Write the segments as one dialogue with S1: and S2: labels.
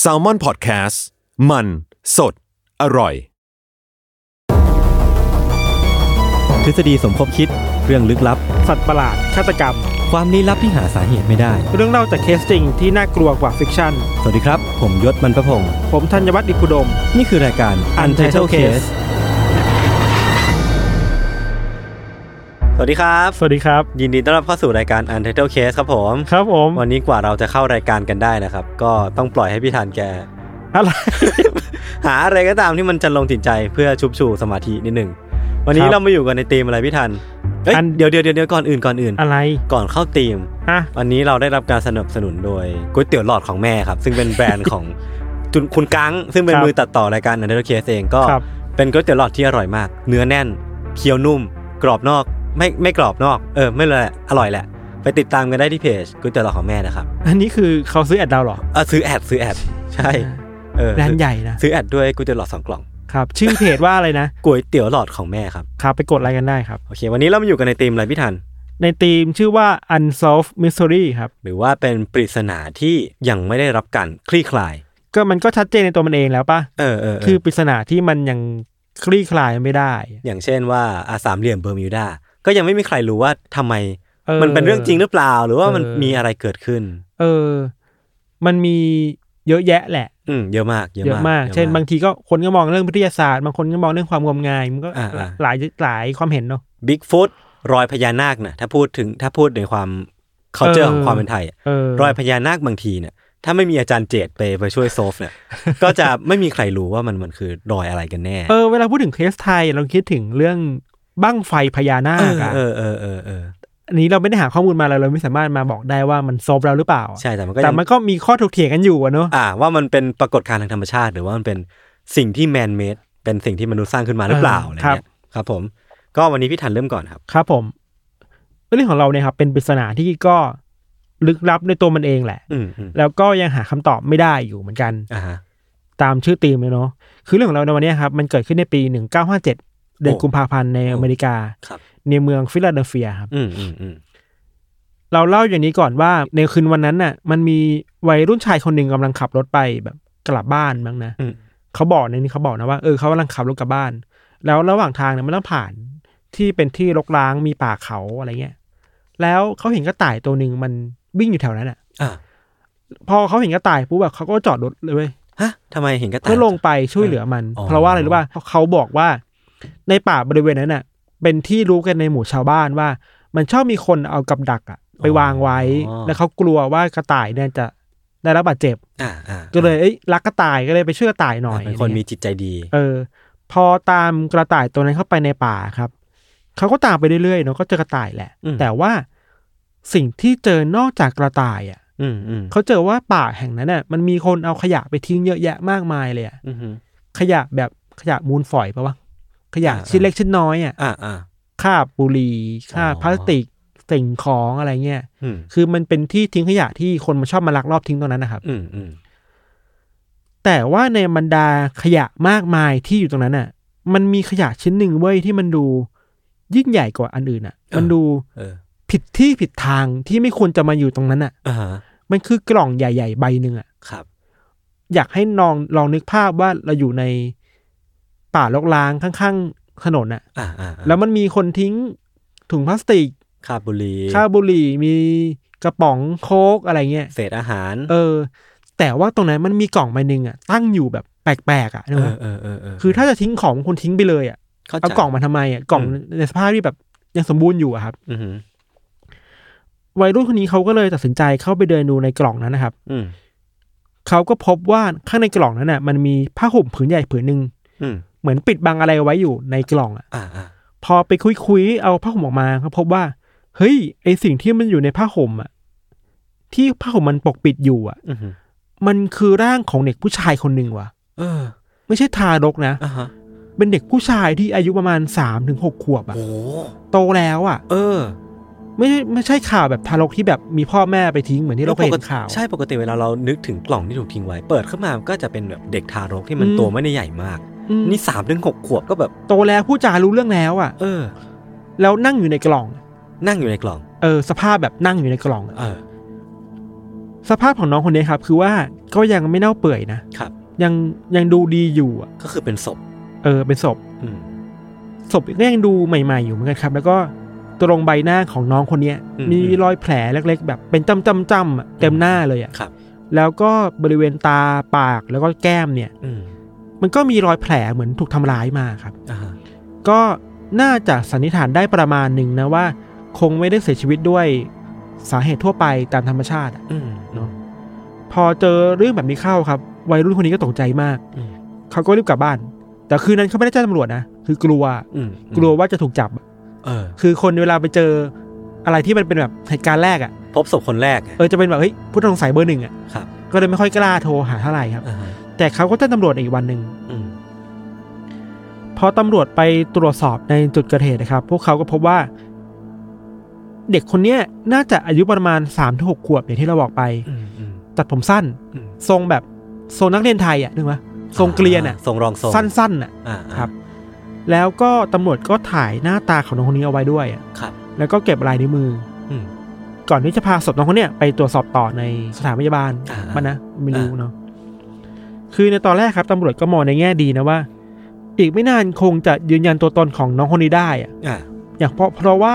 S1: แซลมอนพอดแคสต์มันสดอร่อย
S2: ทฤษฎีสมคบคิดเรื่องลึกลับ
S3: สัตว์ประหลาดฆาตกรรม
S2: ความลี้ลับที่หาสาเหตุไม่ได้
S3: เรื่องเล่าจากเคสจริงที่น่ากลัวกว่าฟิกชั่น
S2: สวัสดีครับ ผมยศมันประพงศ์
S3: ผมธัญวัฒน์อิพุดม
S2: นี่คือรายการ Untitled Case สวัสดีครับ
S3: สวัสดีครับ
S2: ยินดีต้อนรับเข้าสู่รายการ Untitled Case ครับผม
S3: ครับผม
S2: วันนี้กว่าเราจะเข้ารายการกันได้นะครับ ก็ต้องปล่อยให้พี่ธานแก
S3: อะไร
S2: หาอะไรก็ตามที่มันจะลงจิตใจเพื่อชุบชูสมาธินิดหนึ่ง วันนี้
S3: ครับ
S2: เรามาอยู่กันในธีมอะไรพี่ธันเอ้ย
S3: อัน
S2: เดี๋ยวเดี๋ยวเดี๋ยวก่อนอื่นก่อนอื่น
S3: อะไร
S2: ก่อนเข้าธีม
S3: ฮะ
S2: วันนี้เราได้รับการสนับสนุนโดยก๋วยเตี๋ยวหลอดของแม่ครับ ซึ่งเป็นแบรนด์ ของ จุนคุณกังซึ่งเป็นมือตัดต่อรายการอันเดอร์เคสเองก็
S3: ครับ
S2: เป็นก๋วยเตี๋ยวหลอดที่อร่อยมาก เนื้อแน่น เคี้ยวนุ่ม กรอบนอก ไม่ไม่กรอบนอก เออไม่เลยแหละอร่อยแหละ ไปติดตามกันได้ที่เพจก๋วยเตี๋ยวหลอดของแม่นะครับ
S3: อันนี้คือเขาซื้อแอดเราเหรอ
S2: เออซื้อแอดซื้อแอดใช่เออ
S3: แบรนด์ใหญ่นะ
S2: ซื้อแอดด้วยก๋วยเตี๋ยวหลอดสองกล่อง
S3: ครับ ชื่อเพจว่าอะไรนะ
S2: ก๋วยเตี๋ยวหลอดของแม่ครับ
S3: ครับไปกดไลค์กันได้ครับ
S2: โอเค วันนี้เรามาอยู่กันในธีมอะไรพี่ทัน
S3: ในทีมชื่อว่า unsolved mystery ครับ
S2: หรือว่าเป็นปริศนาที่ยังไม่ได้รับการคลี่คลาย
S3: ก็มันก็ชัดเจนในตัวมันเองแล้วปะ
S2: เออเออเ
S3: คือปริศนาที่มันยังคลี่คลายไม่ได้
S2: อย่างเช่นว่าอาสามเหลี่ยมเบอร์มิวดา ก็ยังไม่มีใครรู้ว่าทำไม
S3: ออ
S2: มันเป็นเรื่องจริงหรือเปล่า หรือว่ามัน
S3: เออ
S2: มีอะไรเกิดขึ้น
S3: เออ มันมีเยอะแยะแหละ
S2: อืมเยอะมาก เยอะ
S3: เย
S2: มาม
S3: อะาก ก เช่น บางทีก็คนก็มองเรื่องวิทยาศาสตร์ บางคนก็มองเรื่องความงมงาย มันก็
S2: อ่าอ่า
S3: หลายหลายความเห็นเนาะ
S2: บิ๊กฟุตรอยพญานาคนะถ้าพูดถึงถ้าพูดในความเคาเจอ
S3: เออ
S2: ของความเป็นไทยอะ
S3: เออ
S2: รอยพญานาคบางทีเนี่ยถ้าไม่มีอาจารย์เจตไปไปช่วยโซฟเนี่ย ก็จะ ไม่มีใครรู้ว่ามันมันคือรอยอะไรกันแน่
S3: เออ เวลาพูดถึงเคสไทย เราคิดถึงเรื่องบั้งไฟพญานาคอะ
S2: เออเออเออเออ
S3: อันนี้เราไม่ได้หาข้อมูลมาเราเราไม่สามารถมาบอกได้ว่ามันซบเราหรือเปล่า
S2: ใช่แต่มันก็
S3: แต่
S2: ยัง
S3: มันก็มีข้อถกเถียงกันอยู่อะเนาะ
S2: อ่า ว่ามันเป็นปรากฏการณ์ทางธรรมชาติ หรือว่ามันเป็นสิ่งที่แมนเมดเป็นสิ่งที่มนุษย์สร้างขึ้นมาหรือเปล่าอะไร
S3: ครับ
S2: เงี้ยครับผมก็วันนี้พี่ทันเริ่มก่อนครับ
S3: ครับผม เรื่องของเราเนี่ยครับ เป็นปริศนาที่ก็ลึกลับในตัวมันเองแหละ
S2: อืมอืม
S3: แล้วก็ยังหาคำตอบไม่ได้อยู่เหมือนกัน
S2: อ่าฮะ
S3: ตามชื่อธีมเลยเนาะ คือเรื่องของเราในวันเนี้ยครับ มันเกิดขึ้นในปี 1957 เดือน
S2: โอ้
S3: กุมภาพันธ์ในอเมริกา
S2: ครับ
S3: ในเมืองฟิลาเดลเฟียครับ
S2: อืมอืมอืม
S3: เราเล่าอย่างนี้ก่อนว่าในคืนวันนั้นน่ะ มันมีวัยรุ่นชายคนหนึ่งกำลังขับรถไปแบบกลับบ้านมั้งนะ
S2: อืม
S3: เขาบอกในนี้เขาบอกนะว่า เออเขากำลังขับรถกลับบ้าน แล้วระหว่างทางเนี่ยมันต้องผ่านที่เป็นที่รกร้างมีป่าเขาอะไรเงี้ย แล้วเขาเห็นกระต่ายตัวหนึ่งมันวิ่งอยู่แถวนั้นอ่ะ
S2: อ่า
S3: พอเขาเห็นกระต่ายปุ๊บแบบเขาก็จอดรถเลยเว้ย
S2: ฮะทำไมเห็นกระต่าย
S3: เพื่อลงไปช่วยเหลือมัน
S2: อ๋อ
S3: เพราะว่าอะไรรู้ป่ะเพราะเขาบอกว่าในป่าบริเวณนั้นน่ะ เป็นที่รู้กันในหมู่ชาวบ้านว่า มันชอบมีคนเอากับดักอะไปวางไว้ แล้วเขากลัวว่ากระต่ายเนี่ยจะได้รับบาดเจ็บ
S2: อ่าอ่า
S3: ก็เลยเอ้ยรักกระต่ายก็เลยไปช่วยกระต่ายหน่อย
S2: เป็นคนมี
S3: อะไรเงี้ย
S2: จิตใจดี
S3: เออ พอตามกระต่ายตัวนั้นเข้าไปในป่าครับเขาก็ตามไปเรื่อยๆเนาะก็เจอกระต่ายแหละ
S2: อืม
S3: แต่ว่าสิ่งที่เจอนอกจากกระต่ายอ่ะ
S2: อืมอืม
S3: เขาเจอว่าป่าแห่งนั้นน่ะ มันมีคนเอาขยะไปทิ้งเยอะแยะมากมายเลยอะ
S2: อืม
S3: ขยะแบบขยะมูลฝอยปะวะขยะ
S2: อ่า
S3: ชิ้นเล็กชิ้นน้อยอ่ะ
S2: อ่าอ่า
S3: คราบบุหรี่คราบ
S2: อ๋อ
S3: พลาสติกสิ่งของอะไรเงี้ย
S2: อืม
S3: คือมันเป็นที่ทิ้งขยะที่คนมันชอบมาลักลอบทิ้งตรงนั้นนะครับ
S2: อืมอืม
S3: แต่ว่าในบรรดาขยะมากมายที่อยู่ตรงนั้นอ่ะ มันมีขยะชิ้นหนึ่งเว้ยที่มันดูยิ่งใหญ่กว่าอันอื่นอ่ะ มันดู
S2: เออ
S3: ผิดที่ผิดทางที่ไม่ควรจะมาอยู่ตรงนั้นอ่ะ
S2: อ่าฮะ
S3: มันคือกล่องใหญ่ ๆ ใบหนึ่งอ่ะ
S2: ครับ
S3: อยากให้นองลองนึกภาพว่าเราอยู่ในป่ารกร้างข้างๆถนนอ่ะ
S2: อ่าอ่า
S3: แล้วมันมีคนทิ้งถุงพลาสติก
S2: คาบบุหรี
S3: ข้าวบุหรี่มีกระป๋องโค้กอะไรเงี้ย
S2: เศษอาหาร
S3: เออ แต่ว่าตรงนั้นมันมีกล่องใบหนึ่งอ่ะ ตั้งอยู่แบบแปลกๆอ่ะนึก
S2: เอ
S3: ว่า
S2: อเออเออเออ
S3: คือถ้าจะทิ้งของคุณทิ้งไปเลยอ่ะ
S2: เข้าใจ
S3: เอากล่องมาทำไมอ่ะ กล่อง
S2: อืม
S3: ในสภาพที่แบบยังสมบูรณ์อยู่อ่ะครับ
S2: อืม
S3: วัยรุ่นคนนี้เขาก็เลยตัดสินใจเข้าไปเดินดูในกล่องนั้นนะครับ
S2: อืม
S3: เขาก็พบว่าข้างในกล่องนั้นน่ะ มันมีผ้าห่มผืนใหญ่ผืนหนึ่ง
S2: อืม
S3: เหมือนปิดบังอะไรไว้อยู่ในกล่องอ่ะ
S2: อ่าอ่า
S3: พอไปคุยคุยๆเอาผ้าห่มออกมาเขาพบว่า เฮ้ยไอสิ่งที่มันอยู่ในผ้าห่มอะที่ผ้าห่มมันปกปิดอยู่อะ
S2: อืม
S3: มันคือร่างของเด็กผู้ชายคนหนึ่งว่ะ
S2: เออ
S3: ไม่ใช่ทารกนะ
S2: อ่าฮะ
S3: เป็นเด็กผู้ชายที่อายุประมาณสามถึงหกขวบอะ
S2: โอ้
S3: โตแล้วอะ
S2: เออ
S3: ไม่ใช่ไม่ใช่ข่าวแบบทารกที่แบบมีพ่อแม่ไปทิ้งเหมือนที่เราเคยเห็นข่าว
S2: ใช่ปกติเวลาเรานึกถึงกล่องที่ถูกทิ้งไว้ เปิดขึ้นมามันก็จะเป็นแบบเด็กทารกที่มัน
S3: อืม
S2: ตัวไม่ได้ใหญ่มาก
S3: อืม
S2: นี่สามถึงหกขวบก็แบบ
S3: โตแล้วผู้จารู้เรื่องแล้วอะ
S2: เออ
S3: แล้วนั่งอยู่ในกล่อง
S2: นั่งอยู่ในกล่อง
S3: เออ สภาพแบบนั่งอยู่ในกล่องอะ
S2: เออ
S3: สภาพของน้องคนนี้ครับ คือว่าก็ยังไม่เน่าเปื่อยนะครับ ยังยังดูดีอยู่อะ
S2: ก็คือเป็นศพ
S3: เออเป็นศพ
S2: อืม
S3: ศพก็ยังดูใหม่ ๆ อยู่เหมือนกันครับ แล้วก็ตรงใบหน้าของน้องคนเนี้ย
S2: อืม
S3: มีรอยแผลเล็กๆ แบบเป็นจำๆๆอะเต็มหน้าเลยอ่ะ
S2: ครับ
S3: แล้วก็บริเวณตาปากแล้วก็แก้มเนี่ย
S2: อืม
S3: มันก็มีรอยแผลเหมือนถูกทำร้ายมาครับ
S2: อ่าฮะ
S3: ก็น่าจะสันนิษฐานได้ประมาณหนึ่งนะว่า คงไม่ได้เสียชีวิตด้วยสาเหตุทั่วไปตามธรรมชาติอะ
S2: อืม
S3: เนาะพอเจอเรื่องแบบนี้เข้าครับ วัยรุ่นคนนี้ก็ตกใจมาก
S2: อืม
S3: เขาก็รีบกลับบ้าน แต่คืนนั้นเขาไม่ได้แจ้งตำรวจนะคือกลัว
S2: อืม
S3: กลัวว่าจะถูกจับ
S2: เออ
S3: คือคนเวลาไปเจออะไรที่มันเป็นแบบเหตุการณ์แรกอะ่ะ
S2: พบศพคนแรกอะ
S3: เออจะเป็นแบบเฮ้ยผู้ต้องสงสัยเบอร์หนึ่งอะ่ะ
S2: ครับ
S3: ก็เลยไม่ค่อยกล้าโทรหาเท่าไหร่ครับ
S2: อ่าฮะ
S3: แต่เขาก็แจ้งตำรวจอีกวันหนึ่ง
S2: อืม
S3: พอตำรวจไปตรวจสอบในจุดเกิดเหตุนะครับ พวกเขาก็พบว่า เด็กคนเนี้ยน่าจะอายุประมาณ3ามถึงหขวบอย่างที่เราบอกไป
S2: อืมอืม
S3: ตัดผมสั้น
S2: อืม
S3: ทรงแบบทรงนักเรียนไทยอะ่ะนึกว่าทรงเกลียนอะ่ะ
S2: ทรงรองทรง
S3: สั้นๆอ่ะ
S2: อ่า
S3: ครับ แล้วก็ตำรวจก็ถ่ายหน้าตาของน้องคนนี้เอาไว้ด้วยอะ
S2: ครับ
S3: แล้วก็เก็บลายนิ้วมือ
S2: อืม
S3: ก่อนที่จะพาศพน้องคนเนี้ยไปตรวจสอบต่อในสถานพยาบาล
S2: อ่ามั
S3: มันนะไม่รู้เนาะคือในตอนแรกครับตำรวจก็มองในแง่ดีนะว่า อีกไม่นานคงจะยืนยันตัวตนของน้องคนนี้ได้อะ
S2: อ่า
S3: อย่างเพราะเพราะว่า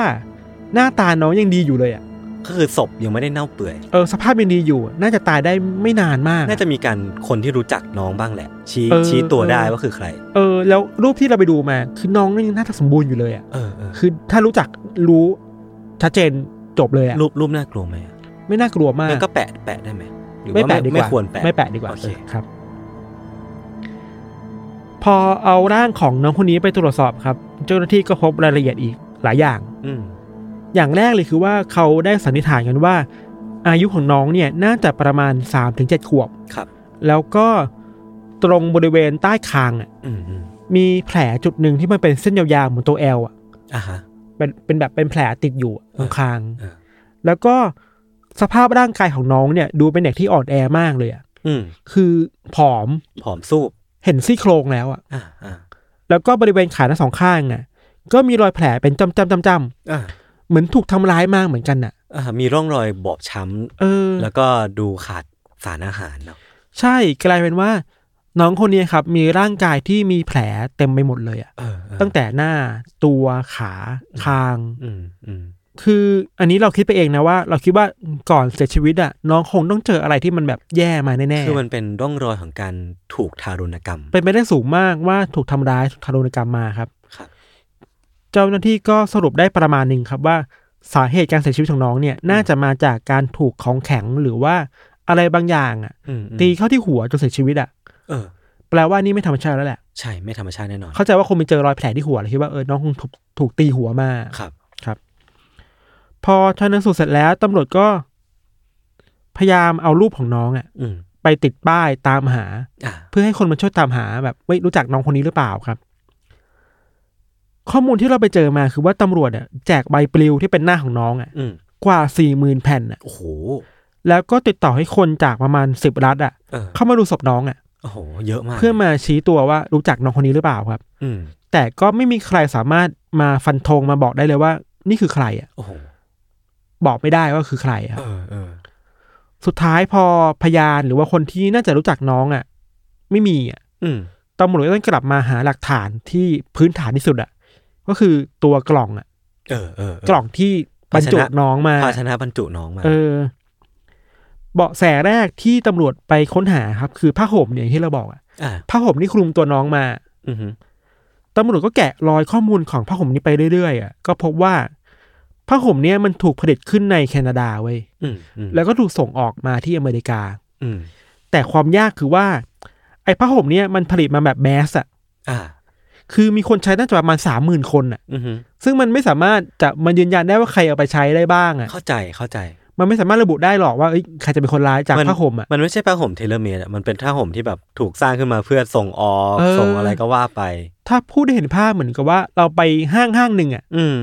S3: หน้าตาน้องยังดีอยู่เลยอะ
S2: ก็คือศพยังไม่ได้เน่าเปื่อย
S3: เออสภาพยังดีอยู่ น่าจะตายได้ไม่นานมาก
S2: น่าจะมีการคนที่รู้จักน้องบ้างแหละ ชี้
S3: เออ
S2: ชี้ตัวได้
S3: เออ
S2: ว่าคือใคร
S3: เออแล้วรูปที่เราไปดูมา คือน้องนี่ยังหน้าตาสมบูรณ์อยู่เลยอะ
S2: เออเออ
S3: คือถ้ารู้จักรู้ชัดเจนจบเลยอะ
S2: รูปรูปน่ากลัวไหมอะ
S3: ไม่น่ากลัวมาก
S2: งั้นก็แปะแปะได้ไหมหรือ
S3: ไม่
S2: ว่า
S3: แปะดีกว่า
S2: ไม่ควรแปะ
S3: ไม่แปะดีกว่า
S2: โอเค
S3: เออครับ พอเอาร่างของน้องคนนี้ไปตรวจสอบครับ เจ้าหน้าที่ก็พบรายละเอียดอีกหลายอย่าง
S2: อืม
S3: อย่างแรกเลยคือว่าเขาได้สันนิษฐานกันว่า อายุของน้องเนี่ยน่าจะประมาณ3าถึงเขวบ
S2: ครับ
S3: แล้วก็ตรงบริเวณใต้คางอะ
S2: อืมอืม
S3: มีแผลจุดหนึ่งที่มันเป็นเส้นยาวๆเหมือนตัวแอลอ่ะ
S2: อ่าฮะ
S3: เป็นเป็นแบบเป็นแผลติดอยู่อะตรงคาง
S2: เออ
S3: แล้วก็สภาพร่างกายของน้องเนี่ย ดูเป็นเด็กที่อ่อนแอมากเลยอ่ะ
S2: อืม
S3: คือผอม
S2: ผอมสูบ
S3: เห็นซี่โครงแล้วอะ
S2: อ่าอ่า
S3: แล้วก็บริเวณขาทั้งสองข้างน่ะ ก็มีรอยแผลเป็นจำจำจำจำ
S2: อ่า
S3: เหมือนถูกทำร้ายมากเหมือนกันน่ะ
S2: อ่ามีร่องรอยบอบช้
S3: เออ
S2: ำแล้วก็ดูขาดสารอาหารเนาะ
S3: ใช่กลายเป็นว่า น้องคนนี้ครับ มีร่างกายที่มีแผลเต็มไปหมดเลยอะ
S2: เออเออ
S3: ตั้งแต่หน้าตัวขาคาง
S2: อืมอืม
S3: คืออันนี้เราคิดไปเองนะว่า เราคิดว่าก่อนเสียชีวิตอะน้องคงต้องเจออะไรที่มันแบบแย่มาแน่
S2: คือมันเป็นร่องรอยของการถูกทารุณกรรม
S3: ๆเป็นไปได้สูงมากว่าถูกทำร้ายถูกทารุณกรรมมาครับ
S2: ครับ
S3: เจ้าหน้าที่ก็สรุปได้ประมาณหนึ่งครับว่าสาเหตุการเสียชีวิตของน้องเนี่ยน่าจะมาจากการถูกของแข็งหรือว่าอะไรบางอย่างอ่ะ
S2: อืมอืม
S3: ตีเข้าที่หัวจนเสียชีวิตอ่ะ
S2: เออ
S3: แปลว่านี่ไม่ธรรมชาติแล้วแหละ
S2: ใช่ไม่ธรรมชาติแน่นอน
S3: เข้าใจว่าคงไปเจอรอยแผลที่หัวเลยคิดว่าเออน้องคงถูกถูกตีหัวมา
S2: ครับ
S3: พอชันสูตรเสร็จแล้วตำรวจก็ พยายามเอารูปของน้องอ่ะ
S2: อืม
S3: ไปติดป้ายตามหา
S2: อ่า
S3: เพื่อให้คนมาช่วยตามหาแบบเว้ยรู้จักน้องคนนี้หรือเปล่าครับ ข้อมูลที่เราไปเจอมาคือว่าตำรวจอ่ะแจกใบปลิวที่เป็นหน้าของน้องอ่ะ
S2: อืม
S3: กว่าสี่หมื่นแผ่นน่ะ
S2: โอ้โห
S3: แล้วก็ติดต่อให้คนจากประมาณสิบรัฐอ่ะ
S2: เออ
S3: เข้ามาดูศพน้องอ่ะ
S2: โอ้โห เยอะมาก
S3: เพื่อมาชี้ตัวว่ารู้จักน้องคนนี้หรือเปล่าครับ
S2: อืม
S3: แต่ก็ไม่มีใครสามารถมาฟันธงมาบอกได้เลยว่า นี่คือใครอ่ะ
S2: โอ้โห
S3: บอกไม่ได้ว่าคือใครค
S2: เอ
S3: รับ
S2: อเออ
S3: สุดท้ายพอพยานหรือว่าคนที่น่าจะรู้จักน้องอ่ะ ไม่มีอ่ะ
S2: อืม
S3: ตำรวจก็ต้องกลับมาหาหลักฐานที่พื้นฐานที่สุดอ่ะ ก็คือตัวกล่องอ่ะ
S2: เออเออเ
S3: กล่องที่บรรจุ
S2: ภาชนะ
S3: น้องมา
S2: ภาชนะบรรจุน้องมา
S3: เออ เบาะแสแรกที่ตำรวจไปค้นหาครับ คือผ้าห่มเนี่ยอย่างที่เราบอกอะ
S2: อ่า
S3: ผ้าห่มนี่คลุมตัวน้องมา
S2: อือหือ
S3: ตำรวจก็แกะรอยข้อมูลของผ้าห่มนี้ไปเรื่อยๆอะก็พบว่าผ้าห่มเนี่ยมันถูกผลิตขึ้นในแคนาดาเว้ย
S2: อืมอืม
S3: แล้วก็ถูกส่งออกมาที่อเมริกา
S2: อืม
S3: แต่ความยากคือว่า ไอ้ผ้าห่มเนี่ยมันผลิตมาแบบแมสอะ
S2: อ่า
S3: คือมีคนใช้น่าจะประมาณสามหมื่นคนอะ
S2: อือหือ
S3: ซึ่งมันไม่สามารถจะมันยืนยันได้ว่าใครเอาไปใช้ได้บ้างอะ
S2: เข้าใจเข้าใจ
S3: มันไม่สามารถระบุได้หรอกว่าเอ้ยใครจะเป็นคนร้ายจาก
S2: มัน
S3: ผ้าห่มอะ
S2: มันไม่ใช่ผ้าห่มเทเลเมดมันเป็นผ้าห่มที่แบบถูกสร้างขึ้นมาเพื่อส่งออก
S3: เออ
S2: ส่งอะไรก็ว่าไป
S3: ถ้าพูดได้เห็นภาพเหมือนกับว่าเราไปห้างห้างหนึ่งอะ
S2: อืม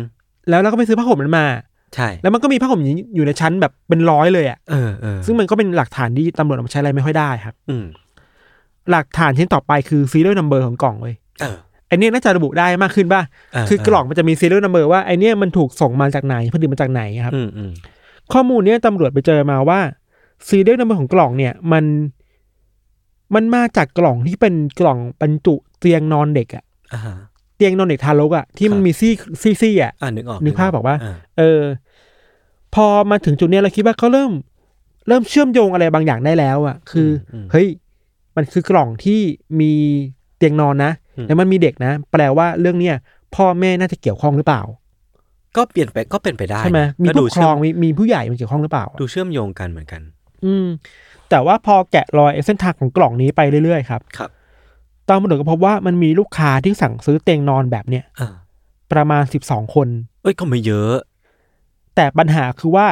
S3: แล้วเราก็ไปซื้อผ้าห่มนั้นมา
S2: ใช่
S3: แล้วมันก็มีผ้าห่มอย่างนี้อยู่ในชั้นแบบเป็นร้อยเลยอะ
S2: เออเออ
S3: ซึ่งมันก็เป็นหลักฐานที่ตำรวจเอามาใช้อะไรไม่ค่อยได้ครับ
S2: อืม
S3: หลักฐานชิ้นต่อไปคือ serial number ของกล่องเว้ย
S2: เออ
S3: ไอเนี้ยน่าจะระบุได้มากขึ้นป่ะ
S2: เ
S3: คือกล่องมันจะมี serial number ว่าไอเนี้ยมันถูกส่งมาจากไหนผลิตมาจากไหนครับ
S2: อืมอืม
S3: ข้อมูลเนี้ยตำรวจไปเจอมาว่า ซีเรียลนัมเบอร์ของกล่องเนี่ย มัน มันมาจากกล่องที่เป็นกล่องบรรจุเตียงนอนเด็กอะ
S2: อ่าฮะ
S3: เตียงนอนเด็กทารกอะที่มัน
S2: ครับ
S3: มีซี่ซี่ซี่อะ
S2: อ่านึกออก
S3: นึกภาพบอกว่า
S2: อ่
S3: เออ พอมาถึงจุดเนี้ยเราคิดว่าเขาเริ่ม เริ่มเชื่อมโยงอะไรบางอย่างได้แล้วอะคืออ
S2: ม
S3: เฮ้ย มันคือกล่องที่มีเตียงนอนนะ
S2: อืม
S3: แล้วมันมีเด็กนะ แปลว่าเรื่องเนี้ยพ่อแม่น่าจะเกี่ยวข้องหรือเปล่า
S2: ก็เปลี่ยนไปก็เป็นไปได้
S3: ใช่ไหม
S2: นะ
S3: มี
S2: ก็
S3: ผู้
S2: ดู
S3: ปกค
S2: เชื่
S3: ร
S2: อ
S3: อง
S2: ม
S3: มีมีผู้ใหญ่มันเกี่ยวข้องหรือเปล่าอะ
S2: ดูเชื่อมโยงกันเหมือนกัน
S3: อืม แต่ว่าพอแกะรอยเส้นทางของกล่องนี้ไปเรื่อยๆครับ
S2: ครับ
S3: ตามมาถึงก็พบว่ามันมีลูกค้าที่สั่งซื้อเตียงนอนแบบเนี้ย
S2: อ่า
S3: ประมาณสิบสองคน
S2: เอ้ยก็ไม่เยอะ
S3: แต่ปัญหาคือว่า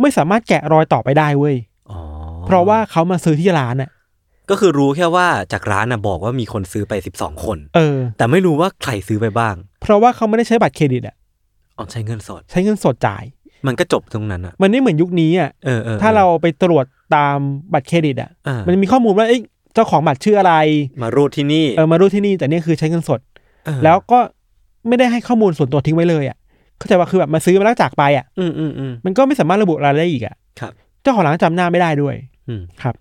S3: ไม่สามารถแกะรอยต่อไปได้เว้ย
S2: อ๋อ
S3: เพราะว่าเขามาซื้อที่ร้านอะ
S2: ก็คือรู้แค่ว่าจากร้านน่ะบอกว่ามีคนซื้อไปสิบสองคน
S3: เออ
S2: แต่ไม่รู้ว่าใครซื้อไปบ้าง
S3: เพราะว่าเขาไม่ได้ใช้บัตรเครดิตอะ
S2: อ๋อใช้เงินสด
S3: ใช้เงินสดจ่าย
S2: มันก็จบตรงนั้นอ่ะ
S3: มันไม่เหมือนยุคนี้อะ
S2: เออเออ
S3: ถ้าเราไปตรวจตามบัตรเครดิตอะ
S2: อ่า
S3: มันมีข้อมูลว่าเอ้ยเจ้าของบัตรชื่ออะไร
S2: มารูดที่นี่
S3: เออมารู้ที่นี่แต่เนี่ยคือใช้เงินสด
S2: เออ
S3: แล้วก็ไม่ได้ให้ข้อมูลส่วนตัวทิ้งไว้เลยอ่ะ เข้าใจว่าคือแบบมาซื้อมาแล้วจากไปอ่ะ
S2: อืมอืมอืม
S3: มันก็ไม่สามารถระบุรายละเอียดอีกอ่ะ
S2: ครับ
S3: เจ้าของร้านจำหน้าไม่ได้ด้วย
S2: อืม
S3: ครับ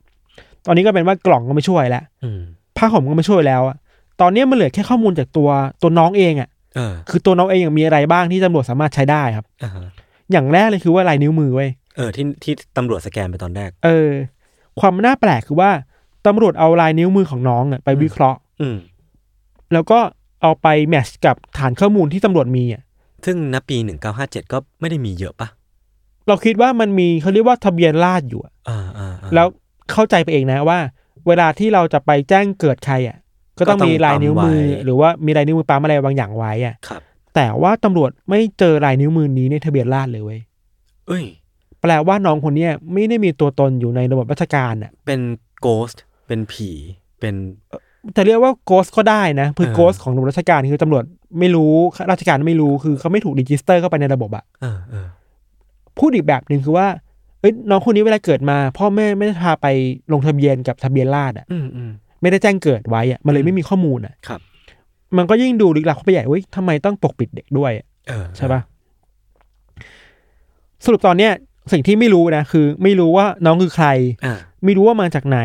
S3: ตอนนี้ก็เป็นว่ากล่องก็ไม่ช่วยแล้ว
S2: อืม
S3: ผ้าห่มก็ไม่ช่วยแล้วอ่ะ ตอนนี้มันเหลือแค่ข้อมูลจากตัวตัวน้องเองอ่ะ
S2: เออ
S3: คือตัวน้องเองยังมีอะไรบ้างที่ตำรวจสามารถใช้ได้ครับ
S2: อ่าฮะ
S3: อย่างแรกเลยคือว่าลายนิ้วมือเว้ย
S2: เออที่ที่ตำรวจสแกนไปตอนแรก
S3: เออ ความน่าแปลกคือว่าตำรวจเอาลายนิ้วมือของน้องอ่ะไปวิเคราะห์
S2: อืม
S3: แล้วก็เอาไปแมทช์กับฐานข้อมูลที่ตำรวจมีอ่ะ
S2: ซึ่งณปี 1957 ก็ไม่ได้มีเยอะปะ
S3: เราคิดว่ามันมีเขาเรียกว่าทะเบียนราษฎร์อยู่อะ
S2: อ่าอ่าอ่า
S3: แล้วเข้าใจไปเองนะว่า เวลาที่เราจะไปแจ้งเกิดใครอ่ะ ก็ต้อง
S2: ก็ต้อง
S3: มีลายนิ้วมือ
S2: ปั๊มไว้
S3: หรือว่ามีลายนิ้วมือปั๊มอะไรบางอย่างไว้อ่ะ
S2: ครับ
S3: แต่ว่าตำรวจไม่เจอลายนิ้วมือนี้ในทะเบียนราษฎร์เลยเว้ย
S2: เอ้ย
S3: แปลว่าน้องคนเนี้ยไม่ได้มีตัวตนอยู่ในระบบราชการอ่ะ
S2: เป็นโกสต์เป็นผีเป็น
S3: จะเรียกว่าโกสก็ได้นะคือ
S2: เออ
S3: โกสของระบบราชการคือตำรวจไม่รู้ข้าราชการไม่รู้คือเขาไม่ถูกรีจิสเตอร์เข้าไปในระบบอ่ะ
S2: เออเออ
S3: พูดอีกแบบหนึ่งคือว่าเอ้ยน้องคนนี้เวลาเกิดมา พ่อแม่ไม่ได้พาไปลงทะเบียนกับทะเบียนราษฎร์อ่ะ
S2: อืมอืม
S3: ไม่ได้แจ้งเกิดไว้อ่ะมันเลยไม่มีข้อมูลอ่ะ
S2: ครับ
S3: มันก็ยิ่งดูลึกลับเข้าไปใหญ่เว้ยทำไมต้องปกปิดเด็กด้วยอะ
S2: เออ
S3: ใช่ปะสรุปตอนเนี้ยสิ่งที่ไม่รู้นะคือ ไม่รู้ว่าน้องคือใคร
S2: อ่า
S3: ไม่รู้ว่ามาจากไหน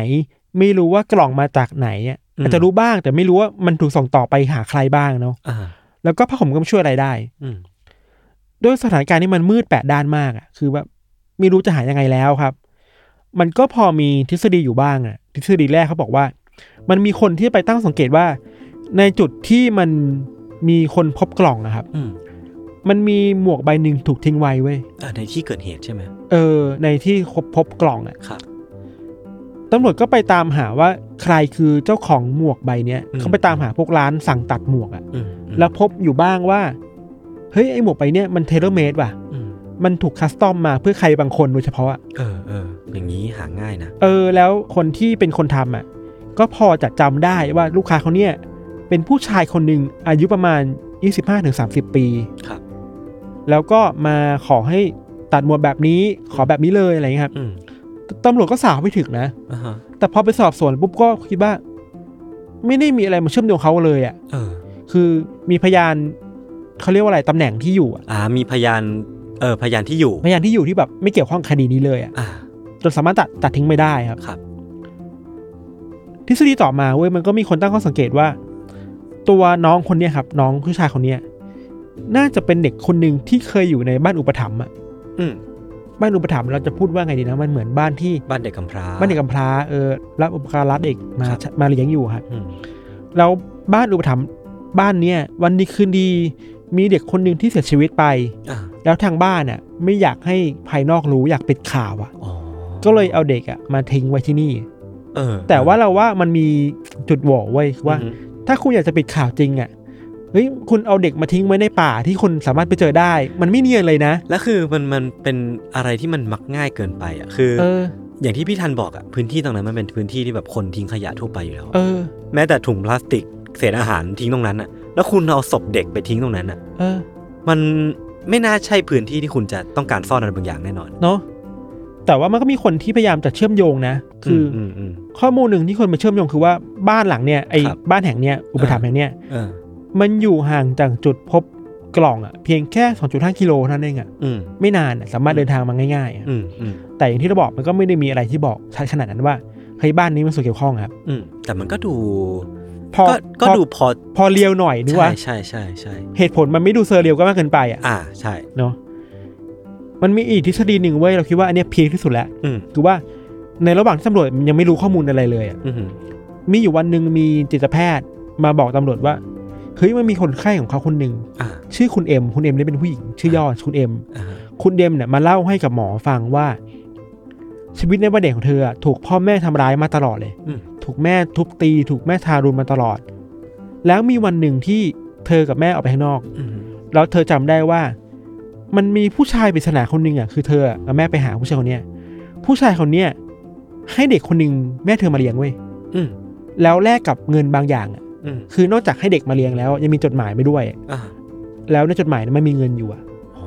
S3: ไม่รู้ว่ากล่องมาจากไหนอะ
S2: อืม
S3: อาจจะรู้บ้าง แต่ไม่รู้ว่ามันถูกส่งต่อไปหาใครบ้างเนาะ
S2: อ่า
S3: แล้วก็ผ้าห่มก็ไม่ช่วยอะไรได้
S2: อืม
S3: ด้วยสถานการณ์ที่มันมืดแปดด้านมากอะคือแบบไม่รู้จะหายังไงแล้วครับ มันก็พอมีทฤษฎีอยู่บ้างอะทฤษฎีแรกเขาบอกว่า มันมีคนที่ไปตั้งสังเกตว่า ในจุดที่มันมีคนพบกล่องนะครับ
S2: อืม
S3: มันมีหมวกใบหนึ่งถูกทิ้งไว้เว้ย
S2: อ่าในที่เกิดเหตุใช่ไหม
S3: เออ ในที่พบพบกล่องอะ
S2: ครับ
S3: ตำรวจก็ไปตามหาว่าใครคือเจ้าของหมวกใบเนี้ย
S2: อืม
S3: เขาไปตามหาพวกร้านสั่งตัดหมวกอะ
S2: อืมอืม
S3: แล้วพบอยู่บ้างว่าเฮ้ยไอหมวกใบเนี้ยมันเทเลเมดว่ะ
S2: อืม
S3: มันถูกคัสตอมมาเพื่อใครบางคนโดยเฉพาะอะ
S2: เออเอออย่างนี้หาง่ายนะ
S3: เออแล้วคนที่เป็นคนทำอ่ะก็พอจะจำได้ว่าลูกค้าเขาเนี่ยเป็นผู้ชายคนหนึ่งอายุประมาณ 25-30 ปี
S2: ครับ
S3: แล้วก็มาขอให้ตัดหมวดแบบนี้ขอแบบนี้เลยอะไรเงี้ยครับ
S2: อืม
S3: ตำรวจก็สาวไม่ถึงนะ
S2: อ่าฮะ
S3: แต่พอไปสอบสวนปุ๊บก็คิดว่า ไม่ได้มีอะไรมาเชื่อมโยงเขาเลยอ่ะ
S2: เออ
S3: คือมีพยานเขาเรียกว่าอะไรตำแหน่งที่อยู่อะ
S2: อ่า มีพยาน เออ พยานที่อยู่
S3: พยานที่อยู่ที่แบบไม่เกี่ยวข้องคดีนี้เลยอ่ะ
S2: อ่า
S3: จนสามารถตัดตัดทิ้งไม่ได้ครับ
S2: ครับ
S3: ทฤษฎีต่อมาเว้ยมันก็มีคนตั้งข้อสังเกตว่า ตัวน้องคนเนี้ยครับ น้องผู้ชายคนเนี้ยน่าจะเป็นเด็กคนหนึ่งที่เคยอยู่ในบ้านอุปถัมภ์อะ
S2: อืม
S3: บ้านอุปถัมภ์เราจะพูดว่าไงดีนะมันเหมือนบ้านที่
S2: บ้านเด็กกำพร้า
S3: บ้านเด็กกำพร้าเออรับอุปการะเด็กมา
S2: ครับ
S3: มาเลี้ยงอยู่ครับ
S2: อืม
S3: แล้วบ้านอุปถัมภ์บ้านเนี้ยวันดีคืนดี มีเด็กคนหนึ่งที่เสียชีวิตไป
S2: อ่า
S3: แล้วทางบ้านอ่ะ ไม่อยากให้ภายนอกรู้อยากปิดข่าวอ่ะ
S2: อ๋อ
S3: ก็เลยเอาเด็กอ่ะมาทิ้งไว้ที่นี่
S2: เออ
S3: แต่ว่าเราว่ามันมีจุดโหว่เว้ยว่า
S2: อืม
S3: ถ้าคุณอยากจะปิดข่าวจริงอะ่ะ เฮ้ย คุณเอาเด็กมาทิ้งไว้ในป่าที่คนสามารถไปเจอได้ มันไม่เนียนเลยนะ
S2: แล้วคือมันมันเป็นอะไรที่มันมักง่ายเกินไปอ่ะคือ
S3: เออ
S2: อย่างที่พี่ทันบอกอ่ะพื้นที่ตรงนั้นมันเป็นพื้นที่ที่แบบคนทิ้งขยะทั่วไปอยู่แล้ว
S3: เอ
S2: อะ
S3: อ
S2: แม้แต่ถุงพลาสติกเศษอาหารทิ้งตรงนั้นอ่ะ แล้วคุณเอาศพเด็กไปทิ้งตรงนั้นอ่ะ
S3: เออ
S2: มันไม่น่าใช่พื้นที่ที่คุณจะต้องการซ่อนอะไรบางอย่างแน่นอน
S3: เนอะแต่ว่ามันก็มีคนที่พยายามจะเชื่อมโยงนะ คืออ
S2: มอืม
S3: ข้อมูลหนึ่งที่คนมาเชื่อมโยงคือว่าบ้านหลังเนี่ย ไอ้
S2: ครับ
S3: บ้านแห่งเนี้ย อุปถัมภ์แห่งเนี้ย
S2: เออ
S3: มันอยู่ห่างจากจุดพบ กล่องอ่ะเพียงแค่ 2.5 กิโลเท่านั้นเองอ่ะ
S2: อืม
S3: ไม่นานอะสามารถเดินทางมาง่ายๆอะ
S2: อืมอืม
S3: แต่อย่างที่เราบอกมันก็ไม่ได้มีอะไรที่บอกชัดขนาดนั้นว่าเฮ้ยบ้านนี้มันส่วนเกี่ยวข้องอะครับ
S2: อืมแต่มันก็ดู
S3: พอ
S2: ก็ก็
S3: พอ
S2: ดูพอ
S3: พอเลียวหน่อยนึก
S2: ใช่
S3: ว่า
S2: ใช่ใช่ใช่
S3: เหตุผลมันไม่ดูเซอร์เรียลก็มากเกินไปอ่ะ
S2: อ่าใช่
S3: เนาะมันมีอีกทฤษฎีหนึ่งเว้ยเราคิดว่าอันเนี้ยพีคที่สุดแล้ว
S2: อืม
S3: คือว่าในระหว่างที่ตำรวจยังไม่รู้ข้อมูลอะไรเลยอะ
S2: อืม
S3: มีอยู่วันหนึ่งมีจิตแพทย์มาบอกตำรวจว่าเฮ้ยมันมีคนไข้ของเขาคนหนึ่ง
S2: อ่า
S3: ชื่อคุณเอ็มคุณเอ็มนี่เป็นผู้หญิงชื่อย่อคุณเอ็ม
S2: อ่า
S3: คุณเอ็มเนี่ยมาเล่าให้กับหมอฟังว่า ชีวิตในวัยเด็กของเธออะถูกพ่อแม่ทำร้ายมาตลอดเลย
S2: อืม
S3: ถูกแม่ทุบตี ถูกแม่ทารุณมาตลอด แล้วมีวันหนึ่งที่เธอกับแม่ออกไปข้างนอก
S2: อืม
S3: แล้วเธอจำได้ว่า มันมีผู้ชายปริศนาคนหนึ่งอ่ะคือเธออะกับแม่ไปหาผู้ชายคนเนี้ยผู้ชายคนเนี้ยให้เด็กคนหนึ่งแม่เธอมาเลี้ยงเว้ย
S2: อืม
S3: แล้วแลกกับเงินบางอย่างอ่ะ
S2: อืม
S3: คือนอกจากให้เด็กมาเลี้ยงแล้ว ยังมีจดหมายไปด้วย
S2: อ่า
S3: แล้วในจดหมายนั้นมันมีเงินอยู่อ่ะ
S2: อ๋อ